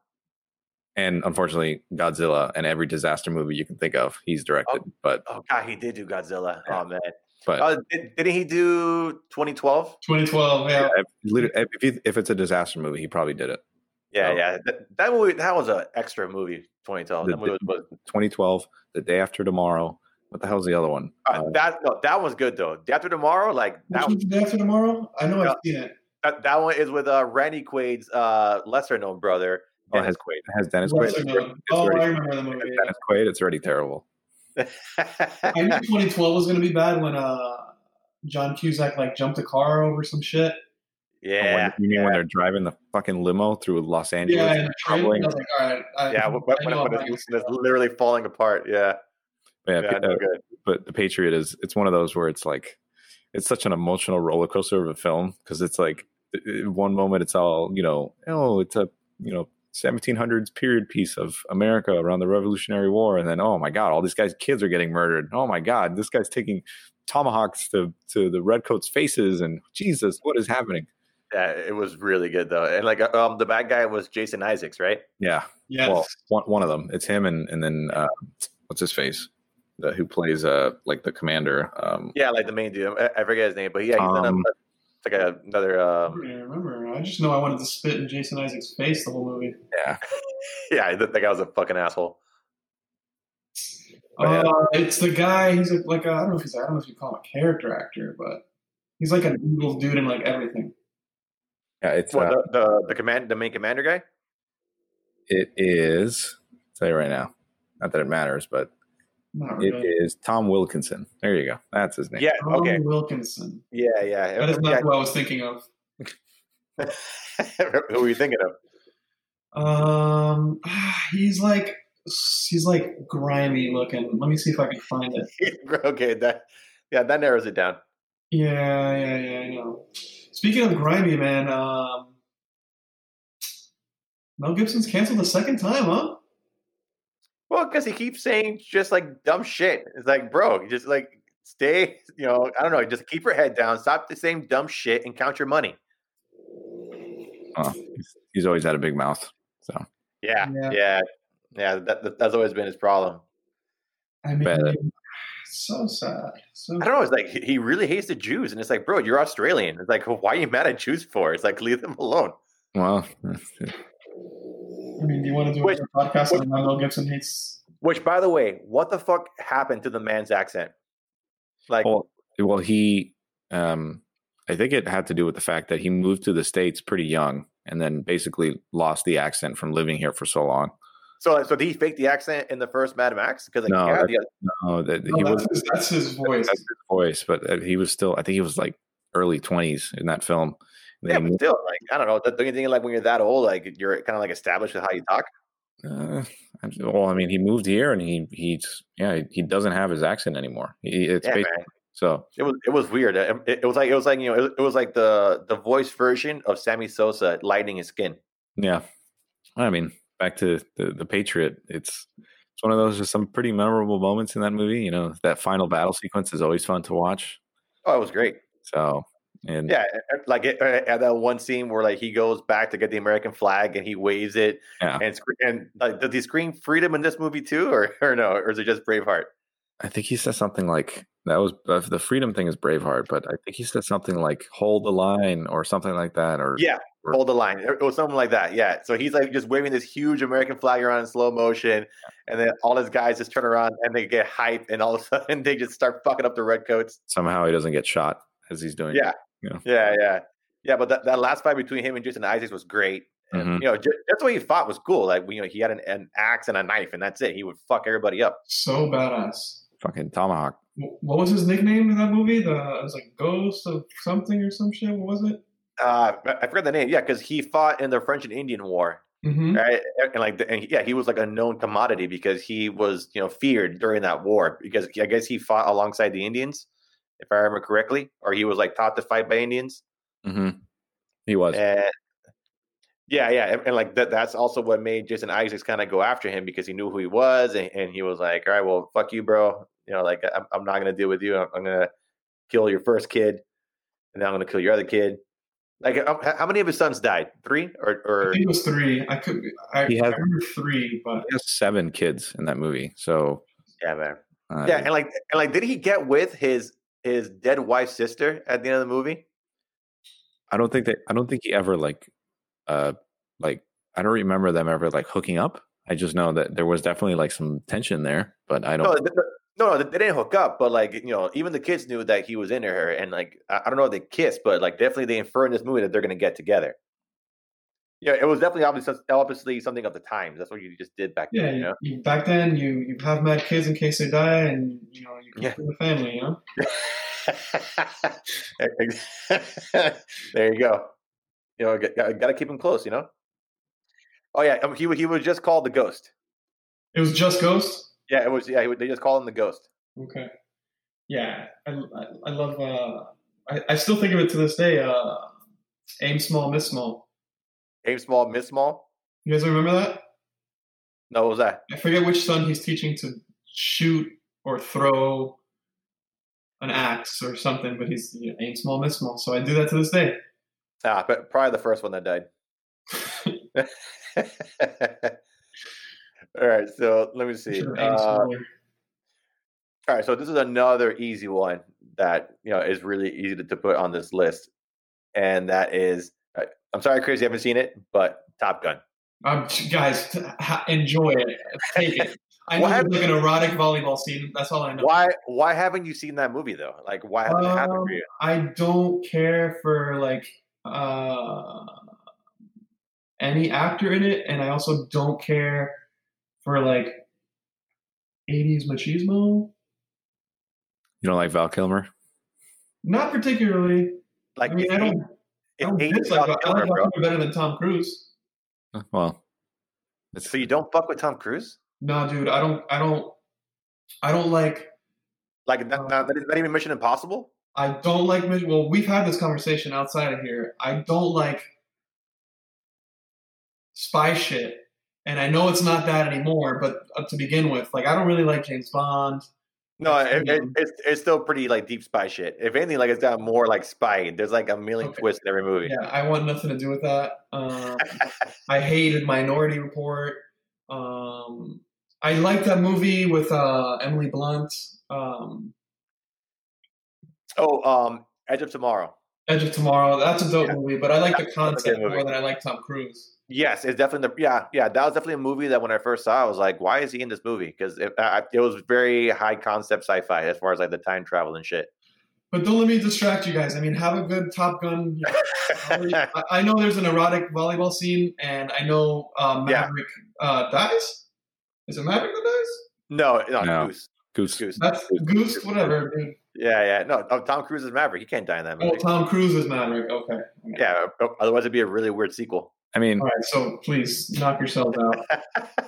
B: and unfortunately Godzilla and every disaster movie you can think of, he's directed. But
A: Oh god, he did do Godzilla. Oh man.
B: but
A: Oh, did, didn't he do 2012?
C: 2012, yeah.
B: yeah, if, literally, if, you, if it's a disaster movie, he probably did it.
A: Yeah,
B: Oh.
A: yeah. That, that movie that was an extra movie. 2012. That
B: The-
A: movie was, was
B: 2012, The Day After Tomorrow. What the hell's the other one?
C: Ah,
A: uh, that no, that was good though. After tomorrow, like
C: Which
A: that,
C: one's the day after tomorrow? I know I've seen it.
A: that, that one is with uh, Randy Quaid's uh, lesser known brother.
B: Oh,
A: Dennis
B: It has Dennis Quaid.
C: Lesser
B: It's
C: known. Oh,
B: already-
C: I remember the movie. yeah.
B: Dennis Quaid. It's already terrible.
C: I
A: Quaid.
C: knew 2012 was going to be bad when uh, John Cusack like jumped a car over some shit.
B: And
A: yeah,
B: When, you mean when they're driving the fucking limo through Los Angeles?
C: Yeah, in the trailer,
B: troubling.
C: I was like, all right, I,
A: yeah.
C: I
A: When, when,
C: know I'm
A: when
C: not gonna
A: it's, it's literally falling apart. Yeah,
B: Yeah,
A: yeah,
B: uh,
A: no good.
B: but the Patriot is it's one of those where it's like it's such an emotional roller coaster of a film because it's like i- i- one moment it's all you know oh it's a you know 1700s period piece of America around the Revolutionary War and then oh my god all these guys kids are getting murdered oh my god this guy's taking tomahawks to to the redcoats faces and Jesus what is happening
A: Yeah, it was really good though. And like, uh, um, the bad guy was Jason Isaacs, right?
B: yeah
C: Yes.
B: well one, one of them it's him and and then uh, what's his face the, who plays uh like the commander um
A: Yeah, like the main dude. I, I forget his name, but yeah, he's in a,
B: Tom.
C: Um.
A: it's like a, another.
C: I
A: Um,
C: don't remember. I just know I wanted to spit in Jason Isaac's face the whole movie.
A: yeah, that, that guy was a fucking asshole.
B: Oh, yeah.
C: Uh, it's the guy. He's a, like I I don't know if he's I don't know if you call him a character actor, but he's like an evil dude in like everything.
B: yeah it's
A: Well,
B: uh,
A: the, the the command, the main commander guy.
B: It is. I'll tell you right now. Not that it matters, but
C: Not
B: it
C: really.
B: is Tom Wilkinson. There you go. That's his name.
A: Yeah.
C: Tom
A: Okay.
C: Wilkinson.
A: Yeah. Yeah.
C: oh, That is not
A: yeah.
C: who I was thinking of.
A: Who were you thinking of?
C: Um, he's like he's like grimy looking. Let me see if I can find it.
A: okay, that yeah, that narrows it down.
C: Yeah, yeah, yeah, I know. Speaking of grimy, man, um, Mel Gibson's canceled the second time, huh?
A: Well, because he keeps saying just like dumb shit. It's like, bro, just like stay. You know, I don't know. Just keep your head down. Stop the same dumb shit and count your money.
B: Oh, he's, he's always had a big mouth. So
A: Yeah,
C: Yeah.
A: yeah, yeah. that, that- that's always been his problem.
C: I mean,
B: Bad.
C: so sad. So
A: I don't know. It's like he he really hates the Jews, and it's like, bro, you're Australian. It's like, why are you mad at Jews for? It's like, leave them alone.
B: well,
C: I mean, do you want to do
A: Wait,
C: another podcast
A: wait.
C: on why Mel Gibson hates?
A: Which, by the way, what the fuck happened to the man's accent? Like,
B: well, well, he. Um, I think it had to do with the fact that he moved to the states pretty young, and then basically lost the accent from living here for so long.
A: so so did he fake the accent in the first Mad Max? Because like,
B: No,
A: yeah,
B: that-
A: the-
B: No,
A: Oh,
B: that
C: No,
B: he was
C: that's, his, that's his voice.
B: that's his voice, but uh, he was still. I think he was like early twenties in that film. And
A: Yeah,
B: then he
A: but still, like I don't know. Don't you think like when you're that old, like you're kind of like established with how you talk?
B: Uh, I'm- well, I mean, he moved here, and he he's yeah, he, he doesn't have his accent anymore. He, it's
A: Yeah, man.
B: basi- so
A: It was it was weird. It, it was like it was like you know it, it was like the the voice version of Sammy Sosa lightening his skin.
B: yeah. I mean, back to the the Patriot. It's it's one of those just some pretty memorable moments in that movie. You know, that final battle sequence is always fun to watch.
A: Oh, it was great.
B: So and
A: Yeah, like it, at that one scene where like he goes back to get the American flag and he waves it
B: Yeah.
A: and scre- and like does he scream freedom in this movie too or or no or is it just Braveheart?
B: I think he said something like that was uh, the freedom thing is Braveheart, but I think he said something like hold the line or something like that. Or
A: Yeah, hold the line or, or something like that. Yeah. So he's like just waving this huge American flag around in slow motion, and then all his guys just turn around and they get hype, and all of a sudden they just start fucking up the redcoats.
B: somehow he doesn't get shot as he's doing. it.
A: Yeah. Yeah, yeah, yeah. But that, that last fight between him and Jason Isaacs was great. And,
B: Mhm.
A: You know, just, just the way he fought was cool. Like you know, he had an, an axe and a knife, and that's it. He would fuck everybody up.
C: So badass.
B: fucking tomahawk.
C: Wh- What was his nickname in that movie? The it was like Ghost of something or some shit. What was it?
A: Uh, I I forgot the name. Yeah, because he fought in the French and Indian War.
C: hmm
A: right? And like, the, and yeah, he was like a known commodity because he was, you know, feared during that war because I guess he fought alongside the Indians, if I remember correctly, or he was like taught to fight by Indians.
B: hmm He was.
A: And yeah, yeah, and, and like that, that's also what made Jason Isaacs kind of go after him because he knew who he was, and, and he was like, all right, well, fuck you, bro. You know, like I'm, I'm not gonna deal with you. I'm, I'm gonna kill your first kid, and then I'm gonna kill your other kid. Like, um, h- how many of his sons died? Three or
C: I
A: or
C: think it was three. I could. I,
B: He
C: I
B: has-
C: remember three, but
B: He has seven kids in that movie. So
A: yeah, man.
B: uh,
A: yeah, and like and like did he get with his his dead wife's sister at the end of the movie?
B: I don't think that I don't think he ever like uh like I don't remember them ever like hooking up. I just know that there was definitely like some tension there, but I
A: No,
B: don't
A: th- th- no, no, they didn't hook up, but like you know, even the kids knew that he was into her, and like I, I don't know if they kissed, but like definitely they infer in this movie that they're gonna get together. Yeah, it was definitely obviously, obviously something of the times. That's what you just did back
C: yeah,
A: then. You know?
C: you, you- back then you you have mad kids in case they die, and you know you can
A: Yeah.
C: feed the family. You know,
A: there you go. You know, got, got to keep him close. You know. Oh yeah, um, he wa- he was just called the ghost.
C: it was just Ghost.
A: Yeah, it was. Yeah, he, wa- they just called him the ghost.
C: Okay. Yeah, I, I, I love. Uh, I, I still think of it to this day. Uh, aim small, miss small.
A: Aim small, miss small.
C: You guys remember that?
A: No, what was that?
C: I forget which son he's teaching to shoot or throw an axe or something, but he's you know, aim small, miss small. So I do that to this day.
A: Ah, but probably the first one that died. all right, so let me see.
C: Should've aimed
A: Uh,
C: smaller.
A: all right, so this is another easy one that you know is really easy to, to put on this list, and that is, uh, I'm sorry, Chris, you haven't seen it, but Top Gun.
C: Um, guys, t- ha- enjoy it. Take it. I know
A: What
C: there's
A: happened-
C: like an erotic volleyball scene. That's all I know.
A: Why? Why haven't you seen that movie though? Like, why hasn't it happened
C: Um,
A: for you?
C: I don't care for like uh, any actor in it, and I also don't care for like 80s machismo.
B: you don't like Val Kilmer?
C: Not particularly.
A: Like,
C: I mean,
A: it's
C: I
A: eight-
C: don't. I
A: it's
C: don't
A: eight
C: dislike.
A: Val
C: I like
A: Kilmer,
C: Val
A: bro.
C: Kilmer better than Tom Cruise.
B: Uh, Well, it's
A: So you don't fuck with Tom Cruise?
C: Nah, dude. I don't. I don't. I don't like.
A: Like, not,
C: Uh,
A: not, not even Mission Impossible?
C: I don't like. mis- Well, we've had this conversation outside of here. I don't like spy shit, and I know it's not that anymore. But uh, to begin with, like, I don't really like James Bond.
A: No,
C: Yes,
A: it,
C: I
A: it,
C: know.
A: it's it's still pretty like deep spy shit. If anything, like it's got more like spy. There's like a million
C: Okay.
A: twists in every movie.
C: Yeah, I want nothing to do with that. Um, I hated Minority Report. Um, I liked that movie with uh, Emily Blunt, um,
A: Oh, um, Edge of Tomorrow.
C: Edge of Tomorrow. That's a dope
A: Yeah.
C: movie, but I like the
A: That's a good
C: concept
A: movie.
C: more than I like Tom Cruise.
A: Yes, it's definitely the yeah yeah. That was definitely a movie that when I first saw, I was like, why is he in this movie? Because it, I- I- it was very high concept sci-fi as far as like the time travel and shit.
C: But don't let me distract you guys. I mean, have a good Top Gun. you know, I I know there's an erotic volleyball scene, and I know uh,
A: Yeah.
C: Maverick uh, dies. Is it Maverick that dies?
A: no, no,
B: No.
A: Goose,
B: Goose.
A: Goose.
C: That's Goose, whatever. dude.
A: Yeah, yeah. No, oh, Tom Cruise is Maverick. He can't die in that
C: Oh,
A: movie.
C: Tom Cruise is Maverick. Okay.
A: yeah, o- otherwise it'd be a really weird sequel.
B: I mean,
C: All right. So please knock yourselves out.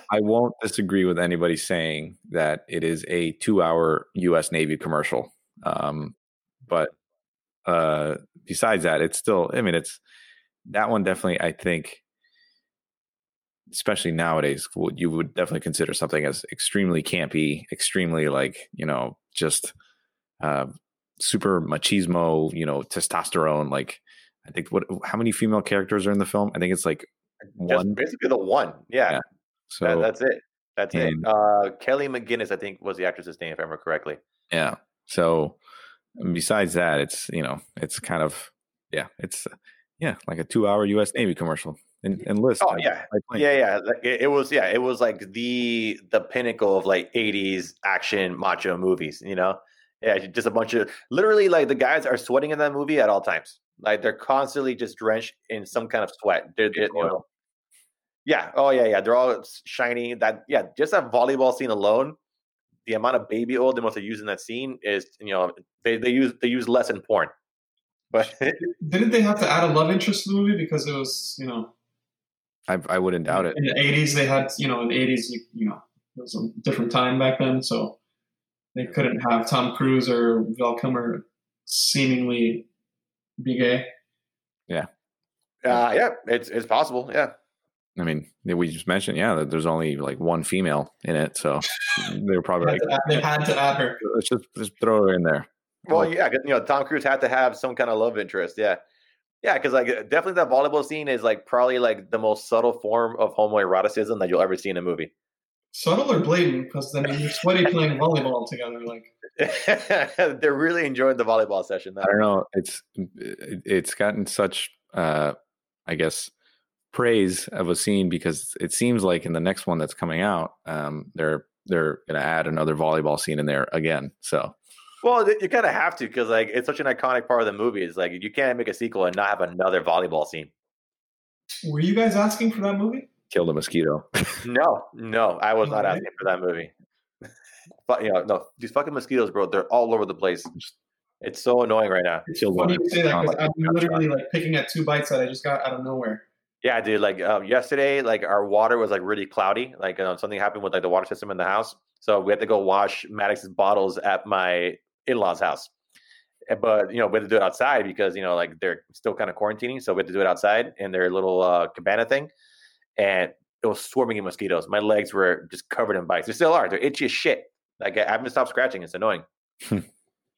B: I won't disagree with anybody saying that it is a two-hour U.S. Navy commercial. Um, but uh, besides that, it's still. I mean, it's that one definitely. I think, especially nowadays, would- you would definitely consider something as extremely campy, extremely like you know just uh, super machismo, you know, testosterone. Like, I think what? How many female characters are in the film? I think it's like
A: Just
B: one.
A: basically the one. Yeah,
B: Yeah, So
A: that- that's it. That's it.
B: And-
A: Uh, Kelly McGinnis, I think, was the actress's name, if I remember correctly.
B: Yeah. So besides that, it's you know, it's kind of yeah, it's uh, yeah, like a two hour US Navy commercial. And, and list.
A: Oh,
B: I-
A: yeah.
B: I think.
A: yeah yeah like, it, it was yeah it was like the the pinnacle of like 80s action macho movies you know yeah just a bunch of literally like the guys are sweating in that movie at all times like they're constantly just drenched in some kind of sweat they're, they're, you
B: oil.
A: know, yeah oh yeah yeah they're all s- shiny that yeah just that volleyball scene alone the amount of baby oil they must have used in that scene is you know they, they use they use less in porn but
C: Didn't they have to add a love interest to the movie because it was, you know,
B: I, I wouldn't doubt it.
C: In the '80s, they had you know in the '80s you, you know it was a different time back then, so they couldn't have Tom Cruise or Val Kilmer seemingly be gay.
A: Uh, yeah, it's it's possible. Yeah.
B: I mean, we just mentioned, yeah, that there's only like one female in it, so they're probably like,
C: they had to add her.
B: let's just just throw her in there.
A: Well,
B: Like-
A: yeah, 'cause, you know, Tom Cruise had to have some kind of love interest. Yeah. Yeah, because like uh, definitely that volleyball scene is like probably like the most subtle form of homoeroticism that you'll ever see in a movie.
C: Subtle or blatant? Because then you're sweaty playing volleyball together. Like
A: They're really enjoying the volleyball session. Though.
B: I don't know. It's it- it's gotten such, uh, I guess, praise of a scene because it seems like in the next one that's coming out, um, they're they're going to add another volleyball scene in there again. So
A: Well, th- you kind of have to because like it's such an iconic part of the movie. It's like you can't make a sequel and not have another volleyball scene.
C: Were you guys asking for that movie?
B: kill the mosquito.
A: No, no, I was not
C: Alright.
A: asking for that movie. But you know, no, these fucking mosquitoes, bro, they're all over the place. It's so annoying right now.
C: It's
B: Killed one.
C: funny you say that because
B: Sound like
C: I'm
B: a gunshot.
C: literally like picking at two bites that I just got out of nowhere.
A: Yeah, dude. Like um, yesterday, like our water was like really cloudy. Like uh, something happened with like the water system in the house, so we had to go wash Maddox's bottles at my in-laws' house. Uh, But you know, we had to do it outside because you know, like they're still kind of quarantining, so we had to do it outside in their little uh, cabana thing, and it was swarming in mosquitoes. My legs were just covered in bites. They still are. They're itchy as shit. Like I I haven't stopped scratching. It's annoying.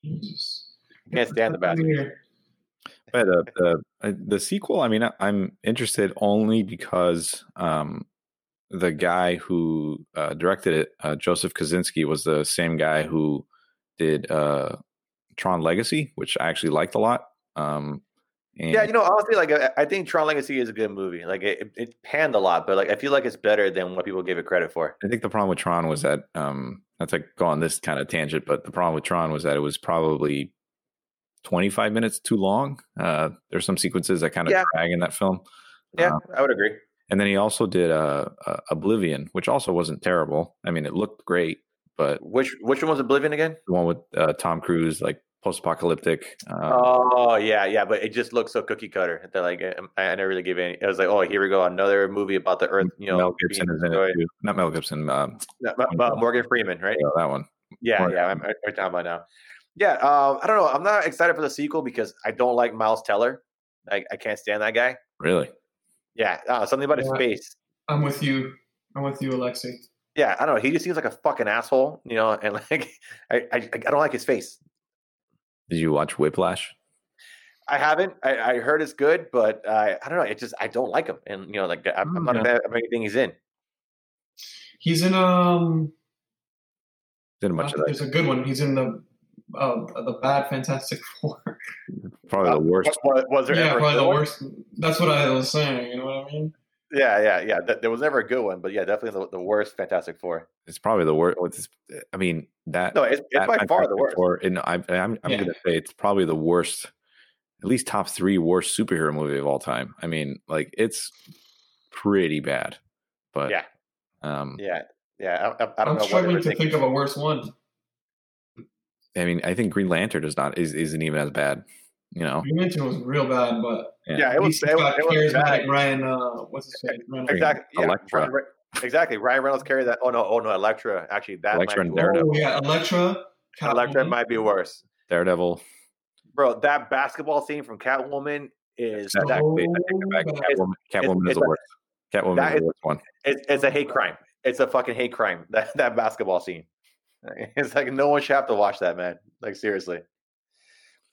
C: Jesus.
A: Can't stand the bathroom.
C: Here.
B: but uh, the uh, the sequel, I mean, I- I'm interested only because um, the guy who uh, directed it, uh, Joseph Kaczynski, was the same guy who did uh, Tron Legacy, which I actually liked a lot. Um, and
A: Yeah, you know, honestly, like I, I think Tron Legacy is a good movie. Like it, it panned a lot, but like I feel like it's better than what people give it credit for.
B: I think the problem with Tron was that um that's like go on this kind of tangent, but the problem with Tron was that it was probably 25 minutes too long. Uh there's some sequences that kind of
A: Yeah.
B: drag in that film.
A: Yeah,
B: Uh,
A: I would agree.
B: and then he also did uh, uh Oblivion, which also wasn't terrible. I mean, it looked great, but
A: Which which one was Oblivion again?
B: the one with uh, Tom Cruise like post-apocalyptic uh,
A: oh yeah, yeah, but it just looks so cookie cutter that like um, I, I never really gave any. I was like, oh, here we go, another movie about the Earth. You know,
B: Mel Gibson
A: being
B: is in it
A: destroyed.
B: too. Not Mel Gibson, um,
A: No, but- but Morgan Freeman, right?
B: yeah, that one.
A: Yeah,
B: Morgan
A: yeah, I'm, I'm talking about now. Yeah, um, I don't know. I'm not excited for the sequel because I don't like Miles Teller. Like I can't stand that guy.
B: Really?
A: Yeah, uh, something about his
C: Yeah.
A: face.
C: I'm with you. I'm with you, Alexi.
A: Yeah, I don't know. He just seems like a fucking asshole, you know. And like, I I, I don't like his face.
B: Did you watch Whiplash?
A: I haven't. I, I heard it's good, but I I don't know. It just I don't like him, and you know, like
C: Hmm,
A: I'm, I'm not a
B: Yeah.
A: fan of anything he's in.
C: He's in um.
B: Didn't much of that.
C: There's a good one. He's in the uh, the bad Fantastic Four.
B: Probably
A: Uh,
B: the worst
A: Was, was there
C: yeah,
A: ever a
C: probably
A: good
C: the
A: one?
C: worst. That's what I was saying. You know what I mean?
A: Yeah, yeah, yeah. Th- there was never a good one, but yeah, definitely the, the worst Fantastic Four.
B: it's probably the worst. I mean, that
A: No, it's, it's
B: that
A: by
B: I've
A: far
B: heard
A: the worst.
B: before, and I'm I'm, I'm
C: Yeah.
B: gonna say it's probably the worst, at least top three worst superhero movie of all time. I mean, like it's pretty bad, but
A: Yeah.
B: um,
A: Yeah, yeah. I, I, I don't
C: I'm
A: know what they
C: struggling
A: were
C: to think
A: thinking.
C: of a worse one.
B: I mean, I think Green Lantern is not is isn't even as bad, you know.
C: You mentioned was real bad, but
B: Yeah,
A: Yeah,
C: at
A: it was
C: least he's
A: it was,
C: got
A: it was bad.
C: charismatic Ryan. Uh, what's his face? Ryan-
A: Exactly. Yeah,
B: Elektra.
A: Ryan Re- exactly. Ryan Reynolds carried that. Oh no, oh no, Electra. Actually, that
B: Elektra
A: might
B: and
A: be worse.
C: Oh, yeah, Electra.
A: Electra
C: Catwoman.
A: might be worse,
B: Daredevil.
A: bro. That basketball scene from Catwoman is
B: That-
A: that,
B: actually, I take it back.
C: bad.
B: Catwoman, Catwoman is
A: it's
B: the
A: like-
B: worst. Catwoman
A: that
B: is
A: is-
B: the worst one.
A: it's, it's a hate crime. It's a fucking hate crime. That that basketball scene. It's like no one should have to watch that, man. Like seriously.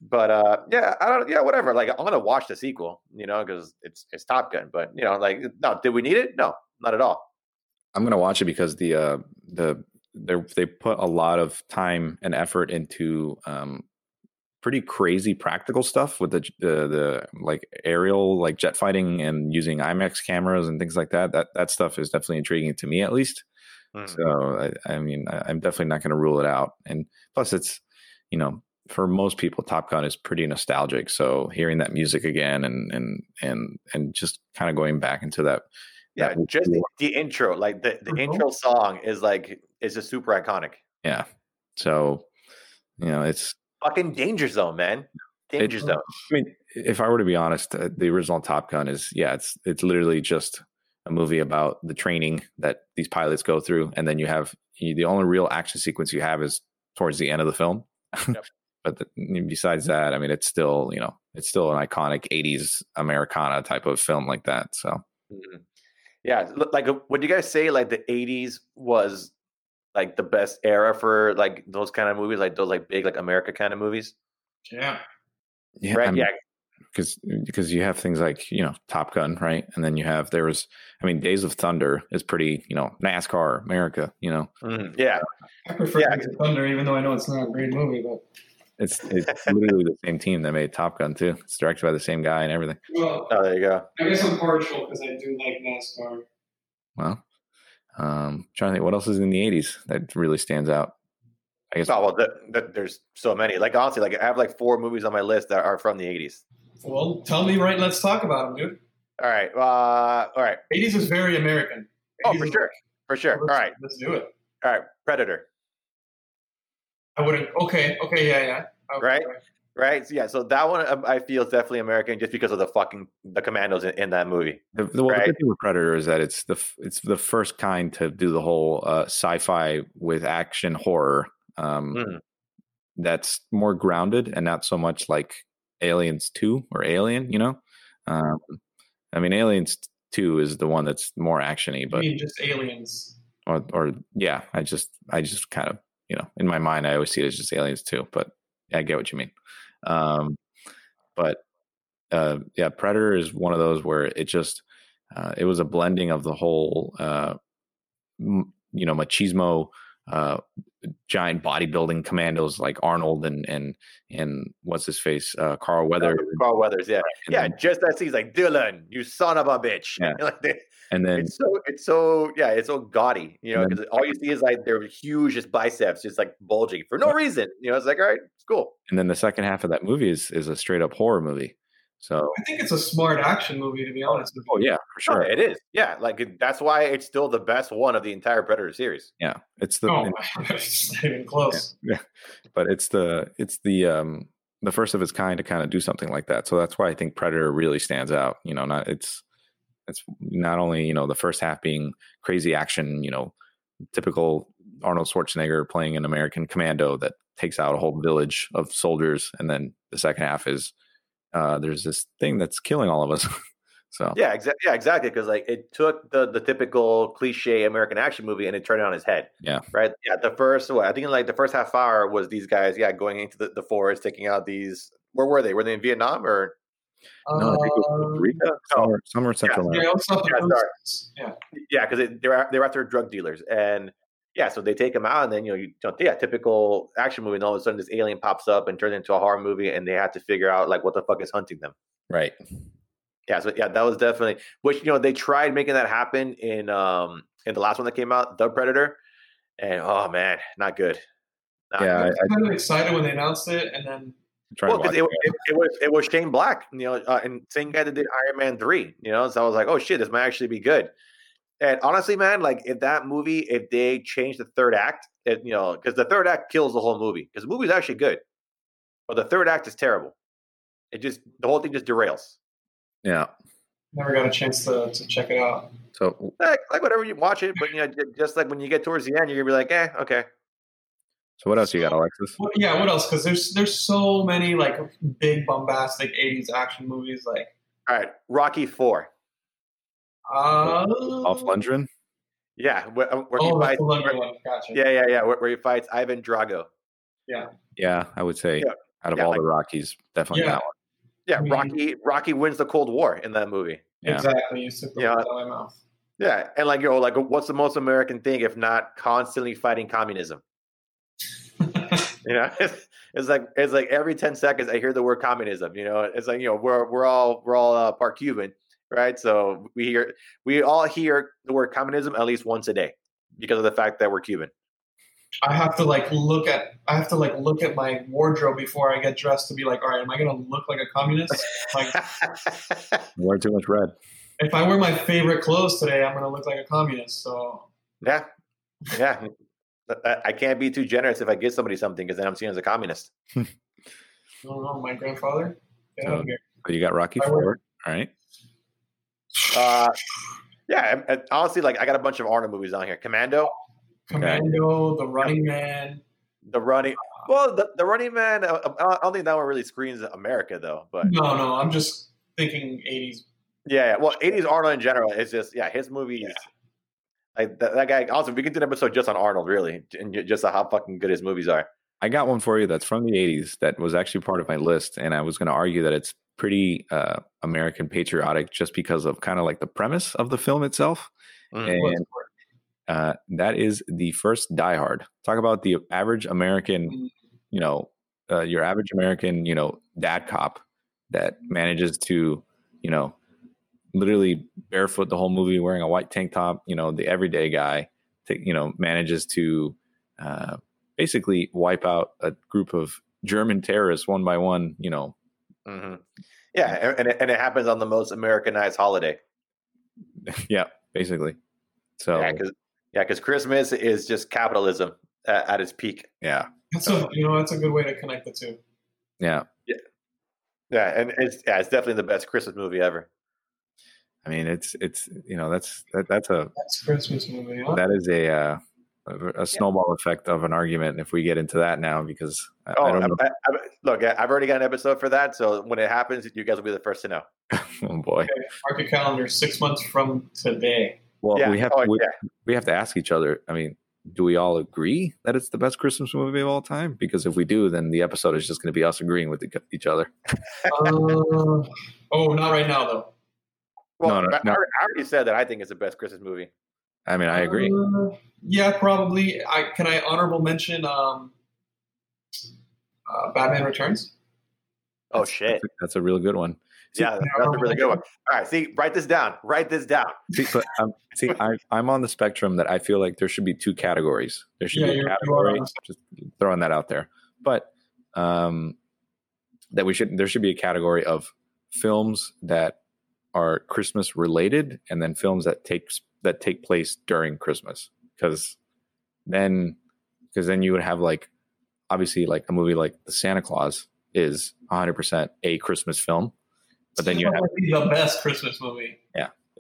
A: But uh, yeah, I don't. Yeah, whatever. Like I'm gonna watch the sequel, you know, because it's it's Top Gun. But you know, like no, did we need it? No, not at all.
B: I'm gonna watch it because the uh the they they put a lot of time and effort into um pretty crazy practical stuff with the the, the like aerial like jet fighting and using IMAX cameras and things like that. That that stuff is definitely intriguing to me at least. Hmm.
A: Mm.
B: So I, I mean I, I'm definitely not gonna rule it out. And plus it's you know for most people Top Gun is pretty nostalgic. So hearing that music again and and and and just kind of going back into that
A: Yeah,
B: that was
A: just the,
B: cool. Mm-hmm.
A: the intro, like the, the
C: Mhm.
A: intro song is like is just super iconic.
B: So, you know, it's.
A: Fucking Danger Zone, man. Danger Zone.
B: I mean, if I were to be honest, uh, the original Top Gun is yeah, it's it's literally just a movie about the training that these pilots go through, and then you have you, the only real action sequence you have is towards the end of the film.
A: Yep.
B: but the, besides that, I mean, it's still you know it's still an iconic '80s Americana type of film like that. So
A: Mhm. Yeah, l- like uh, would you guys say like the '80s was like the best era for like those kind of movies, like those like big like America kind of movies,
C: Yeah.
B: yeah, um,
A: right? yeah,
B: because because you have things like you know Top Gun, right? And then you have there was I mean Days of Thunder is pretty you know NASCAR America, you know
A: Mhm. yeah,
C: I prefer
A: Yeah.
C: Days of Thunder, even though I know it's not a great movie, but
B: it's it's literally the same team that made Top Gun too. It's directed by the same guy and everything.
C: well,
A: Oh, there you go.
C: I guess I'm partial because I do like NASCAR.
B: Well, um, trying to think what else is in the '80s that really stands out. I guess
A: Oh well, the, the, there's so many. Like honestly, like I have like four movies on my list that are from the '80s.
C: Well, tell me right. Let's talk about them, dude.
A: All right, uh, all right.
C: 80s is very American.
A: Oh,
C: 80s
A: for
C: is-
A: sure, for
B: Oh,
A: sure. All
C: Let's-
A: right,
C: Let's do it.
A: all right. Predator,
C: I wouldn't. Okay. Okay. Yeah. Yeah. Okay,
A: Right? right? So, yeah, so that one um, I feel is definitely American just because of the fucking the commandos in, in that movie.
B: the, the, well, the
A: Right.
B: good thing with Predator is that it's the f- it's the first kind to do the whole uh, sci-fi with action horror. Um,
A: Mm.
B: that's more grounded and not so much like Aliens 2 or Alien, you know? Um, I mean, Aliens 2 is the one that's more actiony,
C: I
B: but
C: mean, just aliens.
B: or, or yeah, I just I just kind of you know in my mind I always see it as just Aliens 2, but I get what you mean. Um, but uh, yeah, Predator is one of those where it just uh, it was a blending of the whole uh, m- you know machismo uh, giant bodybuilding commandos like Arnold and and and what's his face uh, Carl Weather
A: Carl Weathers, yeah,
B: and
A: yeah.
B: then,
A: Just as he's like Dylan, you son of a bitch.
B: Yeah.
A: Like, they-
B: and then
A: it's so it's so yeah, it's so gaudy, you know,
B: And
A: because all you see is like their huge just biceps, just like bulging for no reason. You know, it's like all right, it's cool.
B: and then the second half of that movie is is a straight up horror movie. So
C: I think it's a smart action movie, to be honest. With
B: oh
C: you.
B: yeah, for
A: Sure,
B: sure.
A: it is. Yeah, like it- that's why it's still the best one of the entire Predator series.
B: Yeah, it's the
C: No, it's not even close.
B: but it's the it's the um the first of its kind to kind of do something like that. So that's why I think Predator really stands out. You know, not it's it's not only you know the first half being crazy action. You know, typical Arnold Schwarzenegger playing an American commando that takes out a whole village of soldiers, and then the second half is uh there's this thing that's killing all of us. so
A: Yeah, exactly. Yeah, exactly. Because like it took the the typical cliche American action movie and it turned it on his head.
B: Yeah.
A: Right. Yeah. The first, well, I think like the first half hour was these guys, yeah, going into the, the forest, taking out these. Where were they? Were they in Vietnam or?
B: No, I think it was Costa
C: Um,
B: Rica, somewhere, somewhere in Central
C: yeah,
B: America.
C: it was something
A: Yeah,
C: else.
A: sorry.
C: Yeah.
A: Yeah, because they're they're after drug dealers and. Yeah, so they take him out, and then you know, you don't, yeah, typical action movie. And all of a sudden, this alien pops up and turns into a horror movie, and they have to figure out like what the fuck is hunting them.
B: Right.
A: Yeah, so yeah, that was definitely which you know they tried making that happen in um in the last one that came out, The Predator, and oh man, not good. Not
B: Yeah, I, I
A: good.
C: kind of excited when they announced it, and then
B: tried
A: well,
B: to
A: 'cause
B: watch
A: it, it, it was it was Shane Black, you know, uh, and same guy that did Iron Man three, you know. So I was like, oh shit, this might actually be good. And honestly, man, like if that movie, if they change the third act, it, you know, because the third act kills the whole movie because the movie's actually good, but the third act is terrible. It just the whole thing just derails.
B: Yeah.
C: never got a chance to, to check it out.
B: So
A: like, like whatever you watch it, but you know, ju- just like when you get towards the end, you're gonna be like, eh, okay.
B: so what else you got, Alexis?
C: What, yeah, what else? Because there's there's so many like big bombastic '80s action movies. Like,
A: All right, Rocky Four.
C: uh,
B: Off Lundgren?
A: Yeah, where, uh, where
C: Oh,
A: he
C: that's
A: fights.
C: the Lundgren one. Gotcha.
A: Yeah, yeah, yeah. Where, where he fights Ivan Drago.
B: Yeah, I would say
A: Yeah.
B: out of
A: Yeah,
B: all
A: like-
B: the Rockies, definitely
C: Yeah.
B: that one.
A: Yeah,
C: I mean-
A: Rocky. Rocky wins the Cold War in that movie.
B: Yeah.
C: Exactly. You took the
A: Yeah.
C: words out of my mouth.
A: Yeah, and like you know, like what's the most American thing if not constantly fighting communism? You know, it's, it's like it's like every ten seconds I hear the word communism. You know, it's like you know we're we're all we're all uh, part Cuban, right? So we hear we all hear the word communism at least once a day because of the fact that we're Cuban.
C: I have to like look at I have to like look at my wardrobe before I get dressed to be like, all right, am I gonna look like a communist? like
B: Wear too much red.
C: if I wear my favorite clothes today, I'm gonna look like a communist. So
A: yeah, yeah. I- I can't be too generous if I give somebody something because then I'm seen as a communist.
C: I don't know, my grandfather. Get out of here.
B: So you got Rocky
C: I
B: Four. All right.
A: Uh, Yeah, I- I- honestly, like I got a bunch of Arnold movies on here. Commando,
C: Commando, The Running Man.
A: The Running. Well, the, the Running Man. uh, uh, I don't think that one really screens America though. But
C: No, no, I'm just thinking 80s.
A: yeah, yeah. well, '80s Arnold in general. It's just yeah, his movies. Like that, that guy. Also, we could do an episode just on Arnold, really, and ju- just how fucking good his movies are.
B: I got one for you that's from the 80s that was actually part of my list. And I was going to argue that it's pretty uh, American patriotic just because of kind of like the premise of the film itself.
A: Mm.
B: And uh, that is the first Die Hard. Talk about the average American, you know, uh, your average American, you know, dad cop that manages to, you know, literally barefoot the whole movie wearing a white tank top, you know, the everyday guy, to, you know, manages to uh, basically wipe out a group of German terrorists one by one, you know,
A: hmm Yeah, and and it, and it happens on the most Americanized holiday.
B: yeah, basically. So,
A: Yeah, 'cause yeah, because Christmas is just capitalism at, at its peak.
B: yeah,
C: That's a, you know, that's a good way to connect the two.
B: yeah.
A: Yeah, and it's yeah, it's definitely the best Christmas movie ever.
B: I mean, it's it's you know that's that, that's a
C: That's Christmas movie. Huh?
B: that is a uh, a- a snowball effect of an argument if we get into that now because I,
A: Oh,
B: I don't know.
A: I- I- I- look, I- I've already got an episode for that, so when it happens, you guys will be the first to know.
B: oh boy.
C: Mark your calendar six months from today.
B: Well,
A: yeah,
B: we have
A: oh,
B: to, we,
A: yeah.
B: we have to ask each other. I mean, do we all agree that it's the best Christmas movie of all time? Because if we do, then the episode is just going to be us agreeing with the, each other.
C: Uh, oh, not right now, though.
A: Well,
B: No, no,
A: I-
B: no.
A: I, I already said that I think it's the best Christmas movie.
B: I mean, I agree.
C: Uh, yeah, probably. I Can I honorable mention um, uh, Batman Returns?
A: Oh
B: That's-
A: shit!
B: that's a, that's a real good one.
A: yeah, that's, that's a really good one. All right, see, write this down. Write this down.
B: See, but um, see, I, I'm on the spectrum that I feel like there should be two categories. There should
C: Yeah,
B: be a
C: you're- you are
B: category.
C: on the
B: Just throwing that out there, but um, that we should there should be a category of films that are Christmas related, and then films that takes that take place during Christmas, because then because then you would have like obviously like a movie like The Santa Claus is 100 percent a Christmas film, but then you have
C: Probably the best Christmas movie.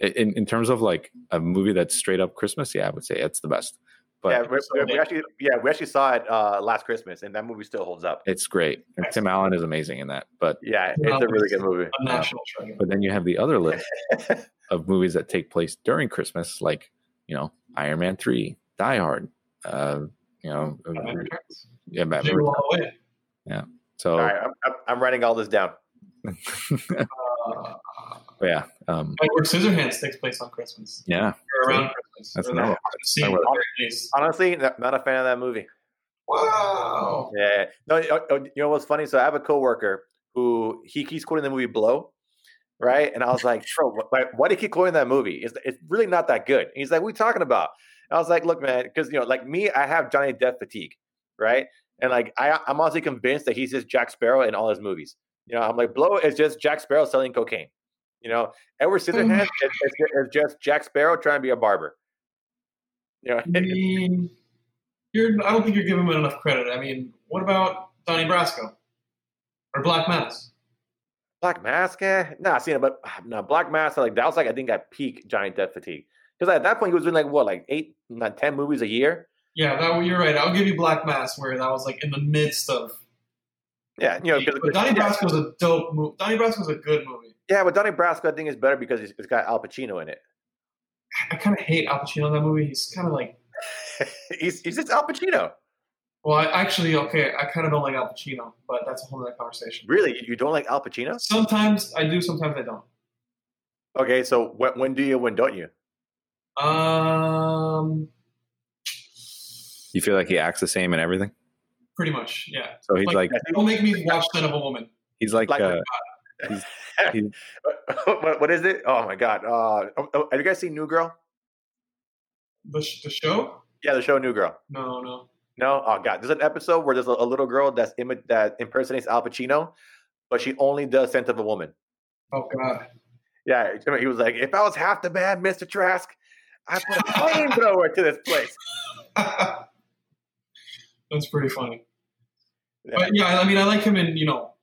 B: in in terms of like a movie that's straight up Christmas, yeah, I would say it's the best. But
A: yeah, we, we- we actually, yeah, we actually saw it uh, last Christmas, and that movie still holds up.
B: it's great. And Tim Allen is amazing in that. But
A: Yeah, it's a really good movie.
C: A national treasure.
B: but then you have the other list of movies that take place during Christmas, like you know Iron Man three, Die Hard, uh, you know,
C: Batman Returns.
B: yeah, Batman.
C: Jingle all the way.
B: So Oh.
A: All right, I'm, I'm, I'm writing all this down.
C: Uh,
B: yeah, um,
C: Edward Scissorhands takes place on Christmas.
B: yeah,
C: Or around Christmas.
B: that's
C: Or
B: another. one.
C: scene,
B: another
C: very nice.
A: Honestly, not not a fan of that movie.
C: Wow.
A: Yeah. No, you know- you know what's funny? So I have a coworker who he keeps quoting the movie Blow, right? And I was like, bro, wh- why, why do you keep quoting that movie? It's, it's really not that good. And he's like, what are you talking about? And I was like, look, man, because, you know, like me, I have Johnny Depp fatigue, right? And like, I, I'm honestly convinced that he's just Jack Sparrow in all his movies. You know, I'm like, Blow is just Jack Sparrow selling cocaine. You know, Edward Scissorhands is, is, is just Jack Sparrow trying to be a barber. You know,
C: I mean, you're, I don't think you're giving him enough credit. I mean, what about Donnie Brasco? Or Black Mass?
A: Black Mask, eh? Nah, I seen it, but no, Black Mask, like that was like I think at peak Johnny Depp fatigue. Because at that point he was doing like what, like eight, not ten movies a year.
C: Yeah, that you're right. I'll give you Black Mass, where that was like in the midst of.
A: Yeah, you know. 'cause-
C: But Donnie
A: yeah,
C: Brasco's a dope movie. Donnie Brasco's a good movie.
A: yeah, but Donnie Brasco I think is better because it's, it's got Al Pacino in it.
C: I kind of hate Al Pacino in that movie. He's kind of like,
A: he's he's just Al Pacino.
C: well, I, actually, okay, I kind of don't like Al Pacino, but that's a whole other conversation.
A: Really, you- you don't like Al Pacino?
C: Sometimes I do, sometimes I don't.
A: Okay, so when, when do you, when don't you?
C: Um,
B: You feel like he acts the same and everything.
C: pretty much, yeah.
B: So he's like
A: I
C: Don't make me watch Son of a Woman.
B: he's like,
A: like-
B: uh,
A: think- what, what is it? Oh my god! Uh, oh, oh, have you guys seen New Girl?
C: The sh- the show?
A: Yeah, the show New Girl.
C: No, no.
A: No, oh god, there's an episode where there's a, a little girl that's imi- that impersonates Al Pacino, but she only does scent of a woman.
C: Oh God.
A: Yeah, I mean, he was like, if I was half the man, Mr. Trask, I put a flamethrower to this place.
C: That's pretty funny.
A: Yeah.
C: But yeah, I mean, I like him in you know,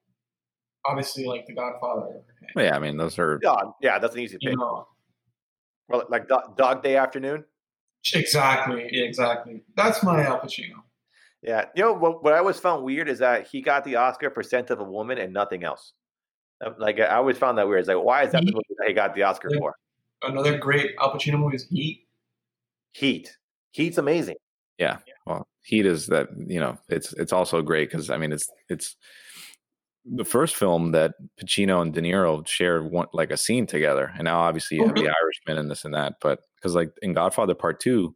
C: obviously like The Godfather.
B: yeah, I mean, those are
A: Yeah, yeah, that's an easy
C: You
A: pick.
C: know,
A: Or like Dog, dog Day Afternoon.
C: Exactly, exactly. That's my Al Pacino.
A: Yeah, you know what? What I always found weird is that he got the Oscar for Scent of a Woman and nothing else. Um, Like I always found that weird. It's like why is that the
C: Heat.
A: movie that he got the Oscar
C: Yeah.
A: for?
C: Another great Al Pacino movie is Heat.
A: Heat. Heat's amazing.
B: Well, Heat is that you know it's it's also great because I mean it's it's the first film that Pacino and De Niro shared one like a scene together, and now obviously you
C: Oh,
B: have
A: Mm-hmm.
C: really?
B: the Irishman and this and that, but because like in Godfather Part Two,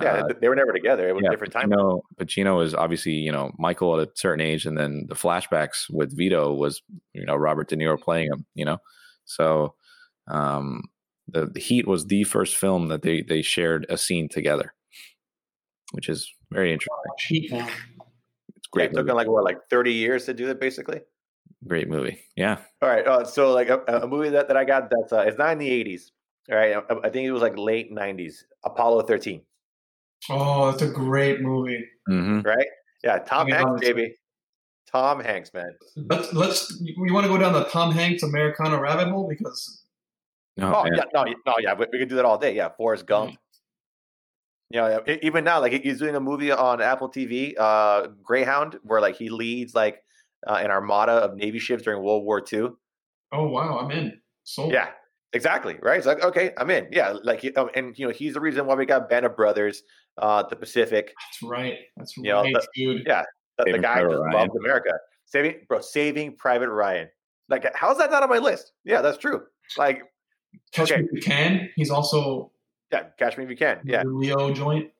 A: Yeah,
B: uh,
A: th- they were never together. It was
B: yeah,
A: a different time.
B: Pacino, Pacino is obviously you know Michael at a certain age, and then the flashbacks with Vito was you know Robert De Niro playing him, you know, so um, the, the Heat was the first film that they they shared a scene together, which is very interesting.
C: Watch Heat now.
B: It's a
A: Yeah,
B: great
A: it took
B: movie.
A: him like what, like thirty years to do that, basically.
B: great movie. Yeah.
A: All right. Uh, so like a, a movie that, that I got that's uh, it's not in the eighties. All right. I, I think it was like late nineties. Apollo thirteen.
C: Oh, it's a great movie.
B: Mm-hmm.
A: Right. Yeah. Tom
C: Yeah,
A: Hanks,
C: honestly.
A: baby. Tom Hanks, man.
C: Let's let's. You want to go down the Tom Hanks Americana rabbit hole because
A: Oh, yeah. No. y- No. Yeah. We, we could do that all day. Yeah. Forrest Gump. You know, e- even now, like he- he's doing a movie on Apple TV, uh, Greyhound, where like he leads like uh, an armada of Navy ships during World War II.
C: oh wow, I'm in. Sold.
A: Yeah, exactly. Right. It's like, okay, I'm in. Yeah. Like, he- um, and you know, he's the reason why we got Band of Brothers, uh, the Pacific,
C: that's right. That's
A: You know,
C: right,
A: the-
C: dude.
A: yeah. the, the
B: Saving
A: guy
B: Private
A: just
B: Ryan.
A: loved America. Saving, bro, saving Private Ryan. Like, how's that not on my list? Yeah, that's true. Like,
C: Catch
A: okay.
C: me if you can. He's also
A: yeah, catch me if you can. Yeah.
B: Mm-hmm.
C: the Leo joint.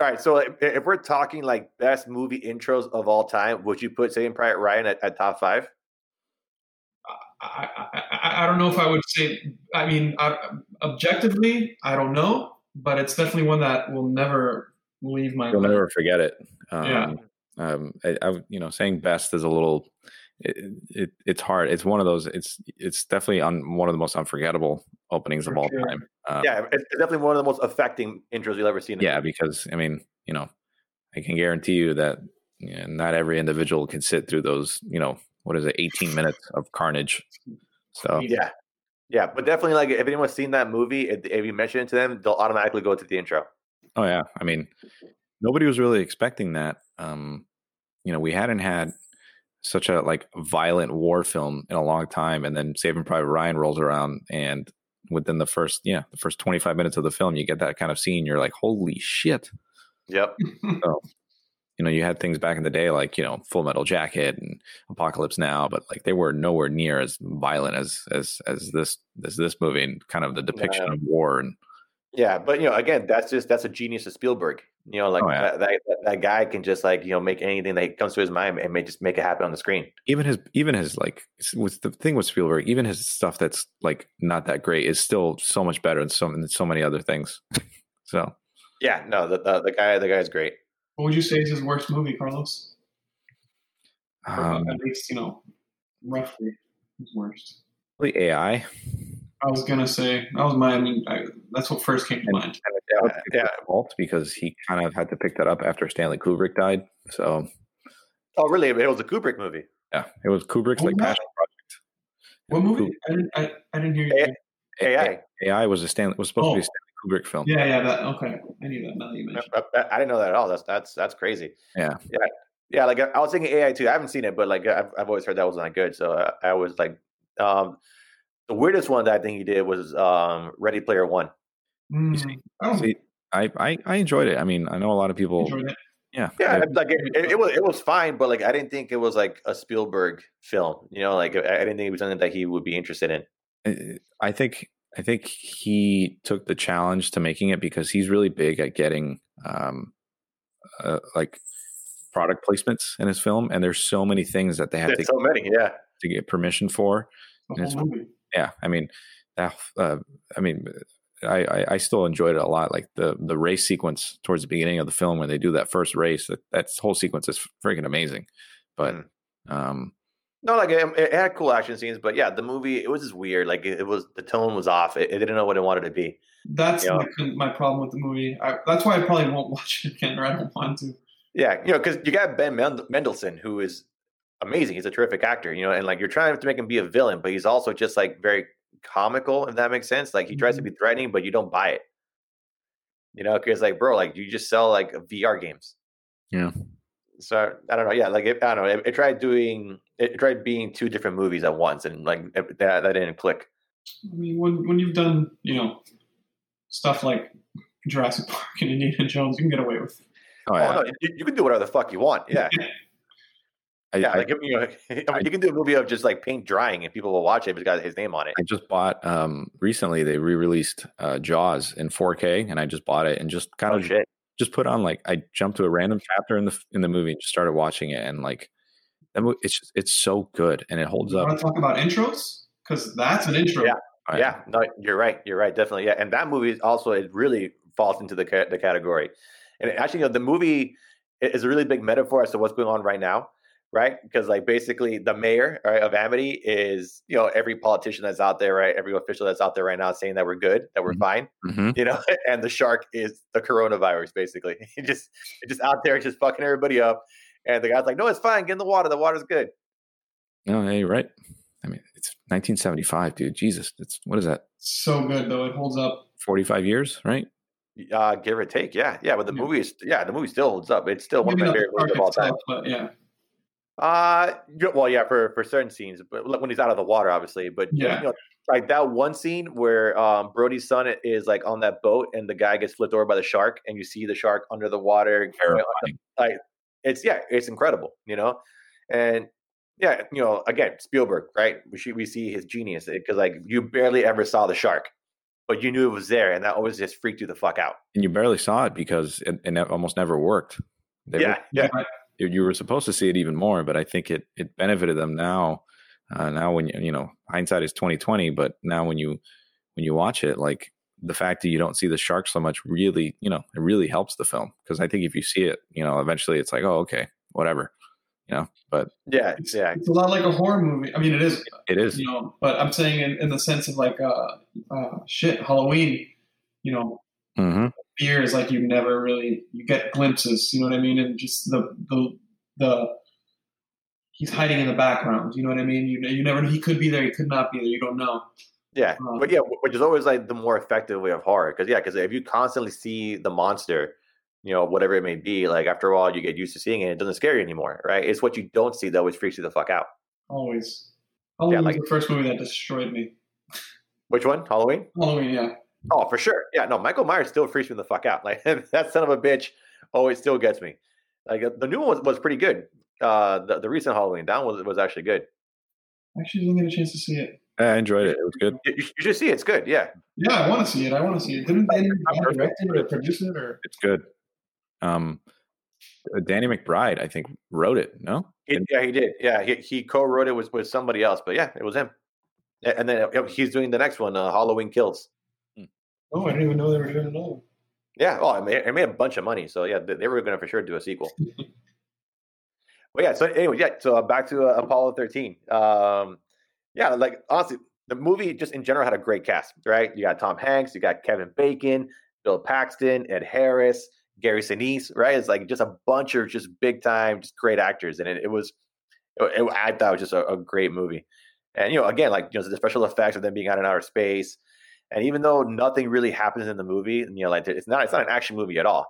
A: All right. So, like, i- if we're talking like best movie intros of all time, would you put Saving Private Ryan at, at top five?
C: I, I, I- I don't know if I would say. I mean, I, objectively, I don't know, but it's definitely one that will never leave my.
B: You'll
C: mind.
B: never forget it. Um,
C: Yeah.
B: um, I, I, would- you know, saying best is a little, it, it, it's hard. It's one of those. It's it's definitely on one of the most unforgettable openings of
C: For
B: all
C: sure.
B: time. Um,
A: Yeah, it's it's definitely one of the most affecting intros you'll ever see. in a
B: yeah, because I mean, you know, I can guarantee you that you know, not every individual can sit through those. You know, what is it, eighteen minutes of carnage? So
A: Yeah. Yeah. But definitely, like, if anyone's seen that movie, if, if you mention it to them, they'll automatically go to the intro.
B: Oh yeah, I mean, nobody was really expecting that. Um, you know, we hadn't had such a like violent war film in a long time, and then Saving Private Ryan rolls around, and within the first yeah the first twenty five minutes of the film, you get that kind of scene. You're like, holy shit!
A: Yep.
B: You know, you had things back in the day like you know Full Metal Jacket and Apocalypse Now, but like they were nowhere near as violent as as as this as this movie and kind of the depiction of war and
A: Yeah. But, you know, again, that's just, that's a genius of Spielberg. You know, like,
B: Oh, yeah.
A: that, that, that guy can just, like, you know, make anything that comes to his mind and may just make it happen on the screen.
B: even his even his like s- with the thing with Spielberg, even his stuff that's like not that great is still so much better than so, than so many other things. so
A: Yeah. No, the, the, the guy, the guy's great.
C: What would you say is his worst movie, Carlos? Or
B: um,
C: at least you know, roughly his worst.
B: probably AI.
C: I was gonna say that was my. I mean, I, that's what first came to mind.
A: Yeah. yeah.
B: yeah. fault because he kind of had to pick that up after Stanley Kubrick died. So
A: Oh, really? It was a Kubrick movie.
B: yeah, it was Kubrick's
C: Oh,
B: like
C: yeah.
B: passion
C: What movie? I didn't. I, I didn't hear you.
A: Yeah. AI.
B: project. AI was a Stanley was supposed to be a
C: Oh.
B: Stanley Kubrick film.
C: Yeah, yeah. That okay. I knew that. Now that you mentioned.
A: I, I- I didn't know that at all. That's, that's, that's crazy.
B: Yeah.
A: Yeah. Yeah. Like, I, I was thinking AI too. I haven't seen it, but, like, I've, I've always heard that was not good. So I, I was like, um, the weirdest one that I think he did was um, Ready Player One.
C: Mm,
B: see-
C: I don't
B: See, I, I I enjoyed it. I mean, I know a lot of people.
C: enjoy that.
B: Yeah,
A: Yeah,
B: they-
A: like it, it, it was it was fine, but like I didn't think it was like a Spielberg film. You know, like I, I didn't think it was something that he would be interested in.
B: I- eh, I think I think he took the challenge to making it because he's really big at getting um, uh, like product placements in his film, and there's so many things that they have to,
A: There's so many, yeah.
B: to get permission for.
C: The
B: It's-
C: whole movie.
B: Yeah, I mean, that, uh, I mean, I, I I still enjoyed it a lot. Like the the race sequence towards the beginning of the film when they do that first race, that that whole sequence is freaking amazing. But
A: Mm.
B: um,
A: No, like it, it had cool action scenes, but yeah, the movie it was just weird. Like it, it was the tone was off. It, it didn't know what it wanted to be.
C: That's
A: Yeah.
C: my, my problem with the movie. I, that's why I probably won't watch it again, or I don't want to.
A: Yeah, you know, because you got Ben Mend- Mendelsohn, who is amazing. He's a terrific actor, you know, and like you're trying to make him be a villain, but he's also just like very comical, if that makes sense. Like he
B: Mm-hmm.
A: tries to be threatening, but you don't buy it. You know, because like, bro, like you just sell like VR games.
B: Yeah.
A: So I don't know. Yeah, like it, I don't know. It, it tried doing, it, it tried being two different movies at once, and like it, that, that didn't click.
C: I mean, when when you've done you know stuff like Jurassic Park and Indiana Jones, you can get away with. It.
B: Oh,
A: Oh,
B: yeah.
A: no, you, you can do whatever the fuck you want. Yeah,
B: I,
A: yeah.
B: I,
A: like you know, I mean, you can do a movie of just like paint drying, and people will watch it if it's got his name on it.
B: I just bought um recently they re-released uh Jaws in 4K and I just bought it and just kind
A: Oh
B: of
A: shit!
B: just put on like I jumped to a random chapter in the in the movie and just started watching it and like that movie, it's just, it's so good and it holds
C: You want
B: up.
C: to talk about intros? Because that's an intro.
A: Yeah.
B: I-
A: yeah, no, you're right. You're right. Definitely. Yeah, and that movie is also it really falls into the ca- the category. And actually, you know, the movie i- is a really big metaphor as to what's going on right now, right? Because like basically, the mayor all right, of Amity is you know every politician that's out there, right? Every official that's out there right now saying that we're good, that we're
B: Mhm.
A: fine,
B: Mhm.
A: you know. And the shark is the coronavirus, basically. It just it just out there, just fucking everybody up. And the guy's like, "No, it's fine. Get in the water. The water's good."
B: No, yeah, you're right. I mean, it's 1975, dude. Jesus, it's what is that?
C: So good though. It holds up.
B: 45 years, right?
A: Uh, give or take, yeah, yeah. But the
C: Yeah.
A: movie is, yeah, the movie still holds up. It's still one of
C: Maybe
A: my
C: not the
A: favorite
C: park
A: movies of all time.
C: itself, but yeah,
A: Uh, you- well, yeah, for for certain scenes, but like when he's out of the water, obviously. But
C: Yeah.
A: you know, like that one scene where um, Brody's son is like on that boat, and the guy gets flipped over by the shark, and you see the shark under the water. going on-
B: Terrifying.
A: It's yeah, it's incredible, you know, and yeah, you know, again, Spielberg, right? We see, we see his genius because like you barely ever saw the shark, but you knew it was there, and that always just freaked you the fuck out.
B: And you barely saw it because it, it ne- almost never worked. They
A: yeah,
B: were-
A: yeah,
B: you- you were supposed to see it even more, but I think it it benefited them now. Uh, now when you you know hindsight is twenty twenty, but now when you when you watch it, like the fact that you don't see the shark so much really you know it really helps the film because I think if you see it, you know eventually it's like oh okay whatever, you know. But
A: yeah,
C: it's,
A: yeah.
C: it's a lot like a horror movie. I mean, it is
B: it is
C: you know but i'm saying in, in the sense of like uh, uh shit halloween you know
B: Mhm.
C: fear is like you never really you get glimpses you know what i mean and just the the the he's hiding in the background you know what i mean you, you never he could be there he could not be there you don't know
A: Yeah,
C: Um,
A: but yeah, wh- which is always like the more effective way of horror, because yeah, because if you constantly see the monster, you know whatever it may be, like after a while you get used to seeing it, it doesn't scare you anymore, right? It's what you don't see that always freaks you the fuck out.
C: always halloween
A: like-
C: was the first movie that destroyed me
A: Which one? Halloween?
C: halloween yeah
A: Oh, for sure. Yeah, no, Michael Myers still freaks me the fuck out. Like that son of a bitch always still gets me. Like uh, the new one was, was pretty good. Uh, the, the recent Halloween that one was was actually good.
C: I actually didn't get a chance to see it
B: I enjoyed it. It was good.
A: You, you sh- you should see it. it's good. Yeah,
C: yeah i want to see it i want to see it didn't they direct it or produce it or
B: It's good. Um, uh, Danny McBride I think wrote it. No,
A: He- yeah, he did. Yeah, he, he co-wrote it with, with somebody else, but yeah, it was him. A- And then uh, he's doing the next one, uh, Halloween Kills.
C: oh i didn't even know they were doing another one
A: Yeah. Oh, I made, I made a bunch of money. So yeah, they, they were going to for sure do a sequel. but yeah. So anyway, yeah. So uh, back to uh, Apollo 13. Um, yeah. Like honestly, the movie just in general had a great cast, right? You got Tom Hanks, you got Kevin Bacon, Bill Paxton, Ed Harris, Gary Sinise, right? It's like just a bunch of just big time, just great actors. And it, it was, it, it- I thought it was just a, a great movie. And, you know, again, like, you know, the special effects of them being out in outer space, and even though nothing really happens in the movie, you know, like it's not it's not an action movie at all.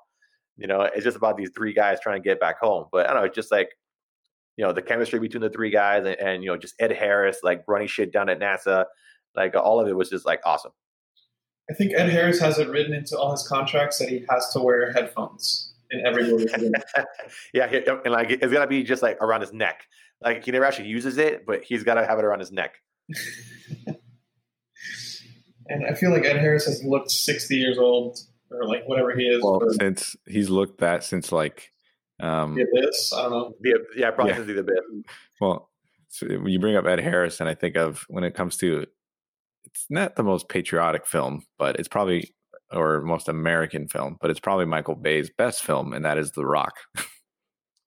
A: You know, it's just about these three guys trying to get back home. But I don't know, it's just like, you know, the chemistry between the three guys and, and you know, just Ed Harris like running shit down at NASA, like all of it was just like awesome.
C: I think Ed Harris has it written into all his contracts that he has to wear headphones in every movie. he does.
A: yeah, he- and like it's gotta be just like around his neck. Like he never actually uses it, but he's gotta have it around his neck.
C: and I feel like Ed Harris has looked 60 years old or like whatever he is.
B: well
C: for
B: since he's looked that since like um,
C: the abyss. I don't know.
A: Yeah, yeah probably
B: Yeah.
A: to do the bit.
B: Well, so eh, when you bring up Ed Harris, and I think of when it comes to it's not the most patriotic film, but it's probably or most American film, but it's probably Michael Bay's best film, and that is The Rock.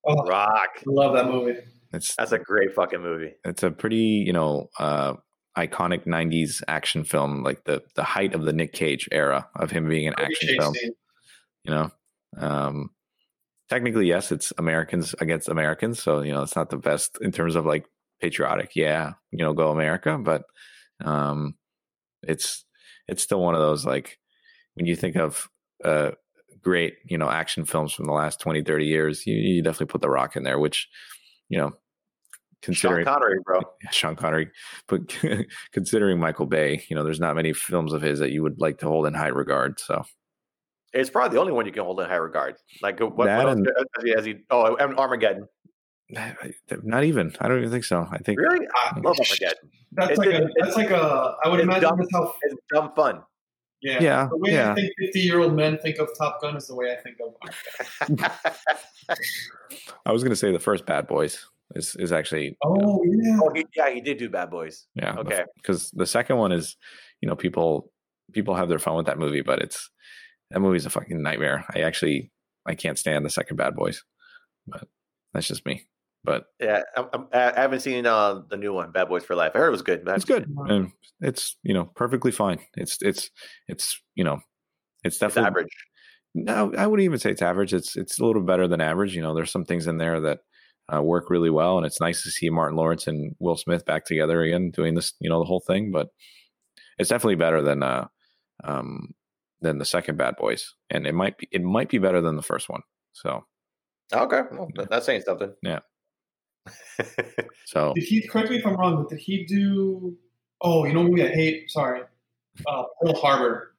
C: Oh, I
A: Rock.
C: love that movie.
B: It's
A: That's a great fucking movie.
B: it's a pretty you know uh, iconic '90s action film, like the the height of the Nick Cage era of him being an
C: Great
B: action
C: chase
B: film.
C: scene.
B: You know, um, technically yes, it's Americans against Americans, so you know it's not the best in terms of like patriotic. Yeah, you know, go America, but um, it's it's still one of those like when you think of uh great you know action films from the last 20 30 years you, you definitely put the rock in there which you know
A: Sean
B: considering
A: Connery, bro.
B: yeah, Sean Connery, but considering Michael Bay, you know, there's not many films of his that you would like to hold in high regard. So
A: It's probably the only one you can hold in high regard. Like what, what
B: That
A: else
B: and-
A: has he, has he? Oh, and Armageddon.
B: not even. I don't even think so. I think
A: Really? I
C: Uh,
A: love Armageddon.
C: that's
A: It's-
C: like a
A: it's-
C: that's like a I would
A: it's
C: imagine
A: dumb.
C: that's how
A: It's dumb fun.
C: yeah.
B: yeah,
C: The way I
B: yeah.
C: think fifty year old men think of Top Gun is the way I think of Armageddon.
B: I was gonna say the first Bad Boys is is actually
C: Oh yeah.
A: oh, he, yeah, he did do Bad Boys.
B: yeah
A: Okay.
B: because the second one is you know people people have their fun with that movie, but it's that movie's a fucking nightmare. I actually I can't stand the second Bad Boys, but that's just me. But
A: Yeah, I'm, I'm, I I haven't seen uh, the new one, Bad Boys for Life. I heard it was good. but I
B: That's good.
C: Wow.
B: And it's you know perfectly fine. It's it's it's you know it's
A: It's
B: definitely
A: average.
B: No, I wouldn't even say it's average. It's it's a little better than average. You know, there's some things in there that uh, work really well, and it's nice to see Martin Lawrence and Will Smith back together again, doing this. You know, the whole thing, but it's definitely better than uh um than the second Bad Boys, and it might be it might be better than the first one. So
A: Okay, well, th- that's saying something.
B: Yeah.
A: Which
B: so
C: Did he correct me if I'm wrong, but did he do? Oh, you know what movie I hate? Sorry, uh, Pearl Harbor.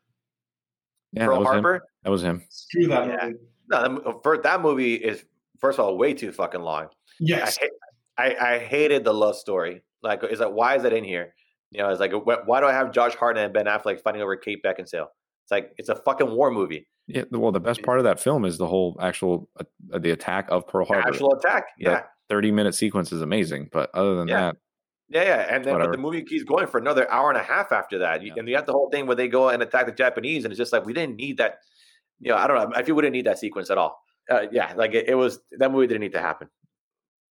B: yeah, that
A: Pearl
B: was him.
A: Harbor.
B: That was him.
C: Screw that
A: Yeah.
C: movie.
A: No, that, mo- for, that movie is first of all way too fucking long. I,
C: Yes,
A: hate, I I hated the love story. Like, it's like why is that in here? You know, it's like wh- why do I have Josh Hartnett and Ben Affleck fighting over Kate Beckinsale? It's like it's a fucking war movie,
B: Yeah, well, the best part of that film is the whole actual uh, the attack of Pearl Harbor.
A: actual attack.
B: Yeah.
A: Yeah,
B: 30 minute sequence is amazing. But other than
A: Yeah.
B: that,
A: yeah, yeah. And then but
B: Whatever.
A: the movie keeps going for another hour and a half after that, You-
B: Yeah.
A: and you have the whole thing where they go and attack the Japanese, and it's just like we didn't need that. You know, I don't know. I feel we didn't need that sequence at all. Uh, yeah, like it, it was that movie didn't need to happen.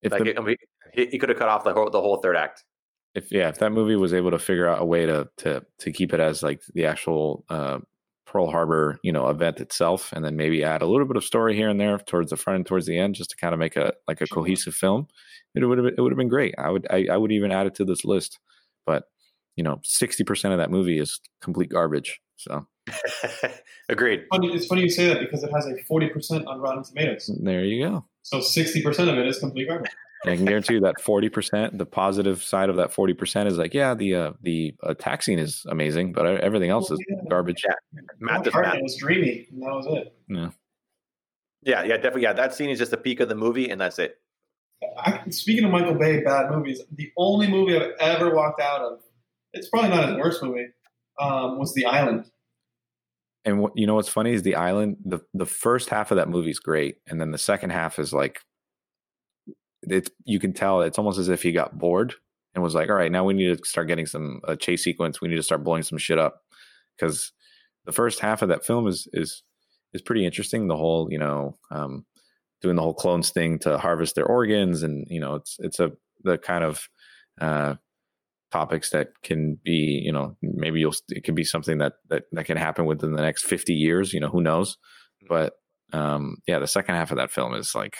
B: if,
A: like
B: the,
A: it, I mean, he, he could have cut off the whole the whole third act.
B: if yeah, if that movie was able to figure out a way to to to keep it as like the actual uh, Pearl Harbor, you know, event itself, and then maybe add a little bit of story here and there towards the front and towards the end, just to kind of make a like a cohesive film, it would have it would have been great. I would I, I would even add it to this list, but you know, sixty percent of that movie is complete garbage. So
A: Agreed.
C: funny, it's funny you say that because it has a 40% on Rotten Tomatoes.
B: there you go.
C: So 60% of it is complete garbage.
B: And I can guarantee you that forty percent, the positive side of that forty percent is like, yeah, the uh, the uh, tax scene is amazing, but everything else is
C: Yeah.
B: garbage.
A: Math is
C: Pearl
A: math.
C: Harbor was dreamy, and that was it.
A: Yeah, yeah, definitely. Yeah, that scene is just the peak of the movie, and that's it.
C: I, speaking of Michael Bay bad movies, the only movie I've ever walked out of, it's probably not his worst movie, um, was The Island.
B: And what, you know what's funny is the island. the The first half of that movie is great, and then the second half is like, it's you can tell it's almost as if he got bored and was like, all right, now we need to start getting some uh, chase sequence. We need to start blowing some shit up because the first half of that film is is is pretty interesting. The whole you know um, doing the whole clones thing to harvest their organs, and you know it's it's a the kind of uh, topics that can be you know maybe you'll it can be something that that that can happen within the next fifty years. You know who knows, but um, yeah, the second half of that film is like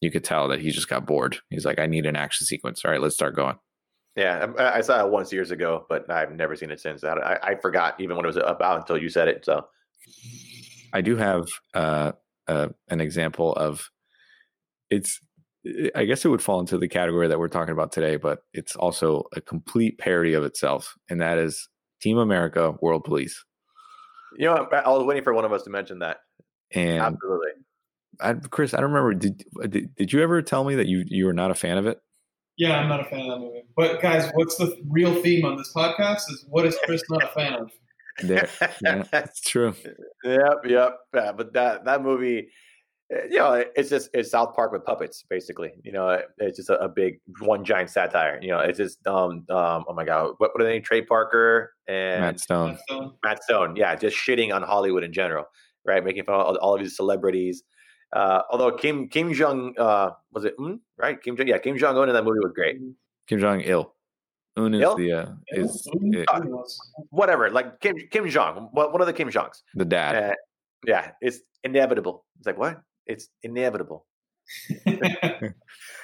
B: you could tell that he just got bored. He's like, I need an action sequence. All right, let's start going.
A: Yeah, I, I saw it once years ago, but I've never seen it since. I, I, I forgot even what it was about until you said it. So
B: I do have uh, uh, an example of it's. I guess it would fall into the category that we're talking about today, but it's also a complete parody of itself, and that is Team America: World Police.
A: you know, I, I was waiting for one of us to mention that.
B: And
A: Absolutely.
B: I, Chris, I don't remember. Did, uh, did did you ever tell me that you you were not a fan of it?
C: Yeah, I'm not a fan of that movie. But guys, what's the real theme on this podcast? Is what is Chris not a fan of?
B: There, yeah, it's true.
A: Yep, yep. Yeah, but that that movie, eh, you know, it's just it's South Park with puppets, basically. You know, it- it's just a, a big one giant satire. You know, it's just um um oh my god, what what are they? Trey Parker and
B: Matt Stone.
C: So,
A: Matt Stone, yeah, just shitting on Hollywood in general, right? Making fun of all, all of these celebrities. Uh, although Kim Kim Jong uh, was it mm, right? Kim Jong yeah, Kim Jong Un in that movie was great.
B: Kim Jong Il. Un is
A: Il? Ah.
B: the uh, is it-
A: Whatever, like Kim Kim Jong, one one of the Kim Jongs. eh,
B: the dad.
A: Uh, yeah, it's inevitable. It's like what? It's inevitable.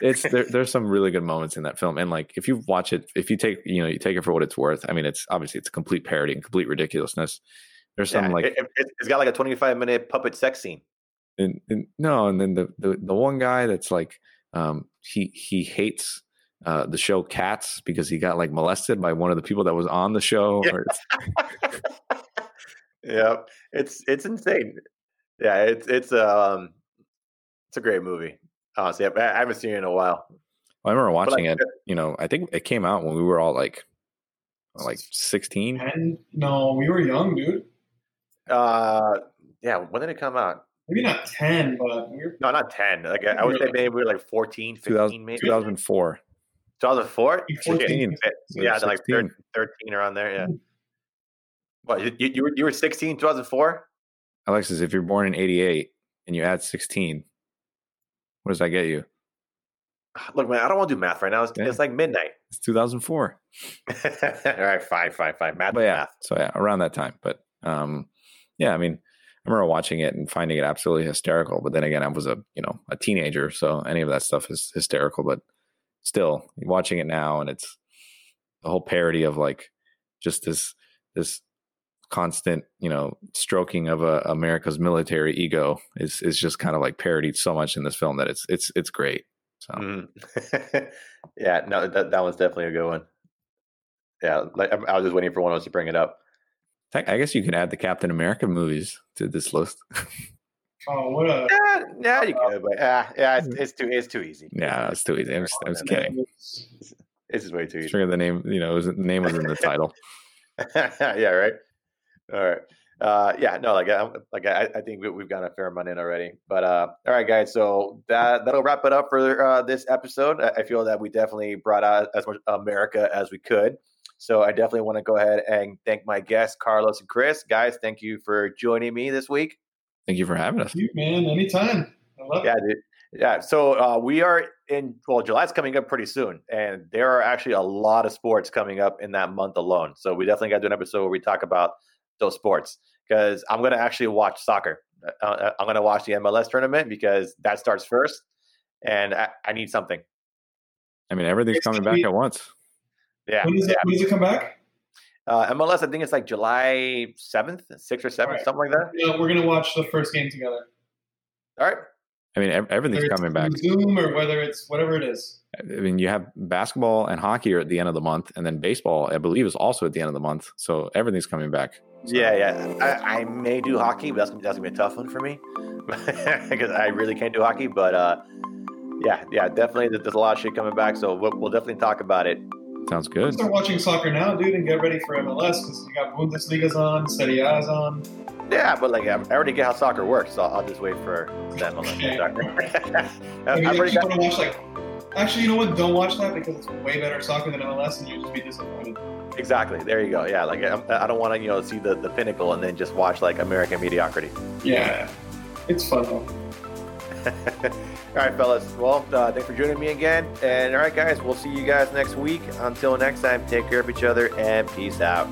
B: it's there, there's some really good moments in that film and like if you watch it if you take you know you take it for what it's worth i mean it's obviously it's a complete parody and complete ridiculousness there's some
A: Yeah,
B: like
A: it, it, has got like a 25 minute puppet sex scene.
B: and, and no and then the, the the one guy that's like um he he hates uh the show cats because he got like molested by one of the people that was on the show
A: Yeah.
B: or-
A: Yeah, it's it's insane. Yeah, it's it's um it's a great movie. Honestly, I, I haven't seen it in a while.
B: i remember
A: But,
B: watching
A: like,
B: it you know i think it came out when we were all like like 16
C: And no, we were young, dude.
A: Uh, yeah, when did it come out?
C: Maybe not ten, but we were.
A: No, not ten. Like I, I would say maybe we were like 14, 15 maybe.
B: 2004
A: 2004?
C: 14.
A: Shit. Yeah, like 13,
B: 16.
A: 13 around there. Yeah. What you, you were you were 16 2004?
B: alexis if you're born in 88 and you add 16 what does that get you
A: Look, man, I don't want to do math right now. It's,
B: Yeah.
A: it's like midnight.
B: it's 2004
A: All right, fine, fine, fine. Math,
B: but yeah,
A: math.
B: so yeah, around that time. But um, yeah, I mean, I remember watching it and finding it absolutely hysterical. But then again, I was a you know a teenager, so any of that stuff is hysterical. But still, watching it now and it's the whole parody of like just this this constant you know stroking of uh, America's military ego is is just kind of like parodied so much in this film that it's it's it's great. So
A: Oh. Hmm. Mm. yeah, no, that that was definitely a good one. Yeah, like I, I was just waiting for one of us to bring it up.
B: I guess you can add the Captain America movies to this list.
C: Oh, what a
A: Yeah, yeah, you could, but uh, yeah, it's, it's too it's too easy.
B: yeah, it's too easy. I'm just, I'm just kidding.
A: It's just way too easy.
B: Sure, the name, you know, it was, the name was in the title.
A: yeah, right. All right. Uh, yeah, no, like, I, like I, I think we, we've got a fair amount in already. But uh, all right, guys. So that that'll wrap it up for uh, this episode. I, I feel that we definitely brought out as much America as we could. So I definitely want to go ahead and thank my guests, Carlos and Chris. Guys, thank you for joining me this week.
B: Thank you for having us.
C: Thank you, man. Anytime. I love
A: Yeah,
C: it.
A: dude. Yeah. So uh, we are in, well, July's coming up pretty soon. And there are actually a lot of sports coming up in that month alone. So we definitely got to do an episode where we talk about those sports because I'm going to actually watch soccer. Uh, Uh, I'm going to watch the MLS tournament because that starts first. And I, I need something.
B: I mean, everything's coming back at once.
A: Yeah.
C: When does it,
A: yeah.
C: when does it come back?
A: Uh, MLS, I think it's like July 7th, 6th or 7th,
C: Right.
A: something like that.
C: Yeah, we're gonna watch the first game together.
A: All right.
B: I mean, ev- everything's
C: Whether it's
B: coming back.
C: through Zoom or whether it's whatever it is.
B: I mean, you have basketball and hockey are at the end of the month, and then baseball, I believe, is also at the end of the month. So everything's coming back.
A: Yeah, yeah. I, I may do hockey, but that's, gonna- that's gonna be a tough one for me because I really can't do hockey. But uh, yeah, yeah, definitely. There's a lot of shit coming back, so we'll, we'll definitely talk about it.
B: Sounds good.
C: Start watching soccer now, dude, and get ready for MLS because you got Bundesliga's on, Serie A's on.
A: Yeah, but like I already get how soccer works, so I'll just wait for that moment.
C: Okay.
A: I've
C: Maybe if
A: already
C: you
A: got.
C: want to watch like. Actually, you know what? Don't watch that because it's way better soccer than MLS, and you will just be disappointed.
A: Exactly. There you go. Yeah. Like I'm, I don't want to, you know, see the, the pinnacle and then just watch like American mediocrity.
C: Yeah, it's fun though.
A: All right, fellas. Well, uh, thanks for joining me again. And all right, guys, we'll see you guys next week. Until next time, take care of each other and peace out.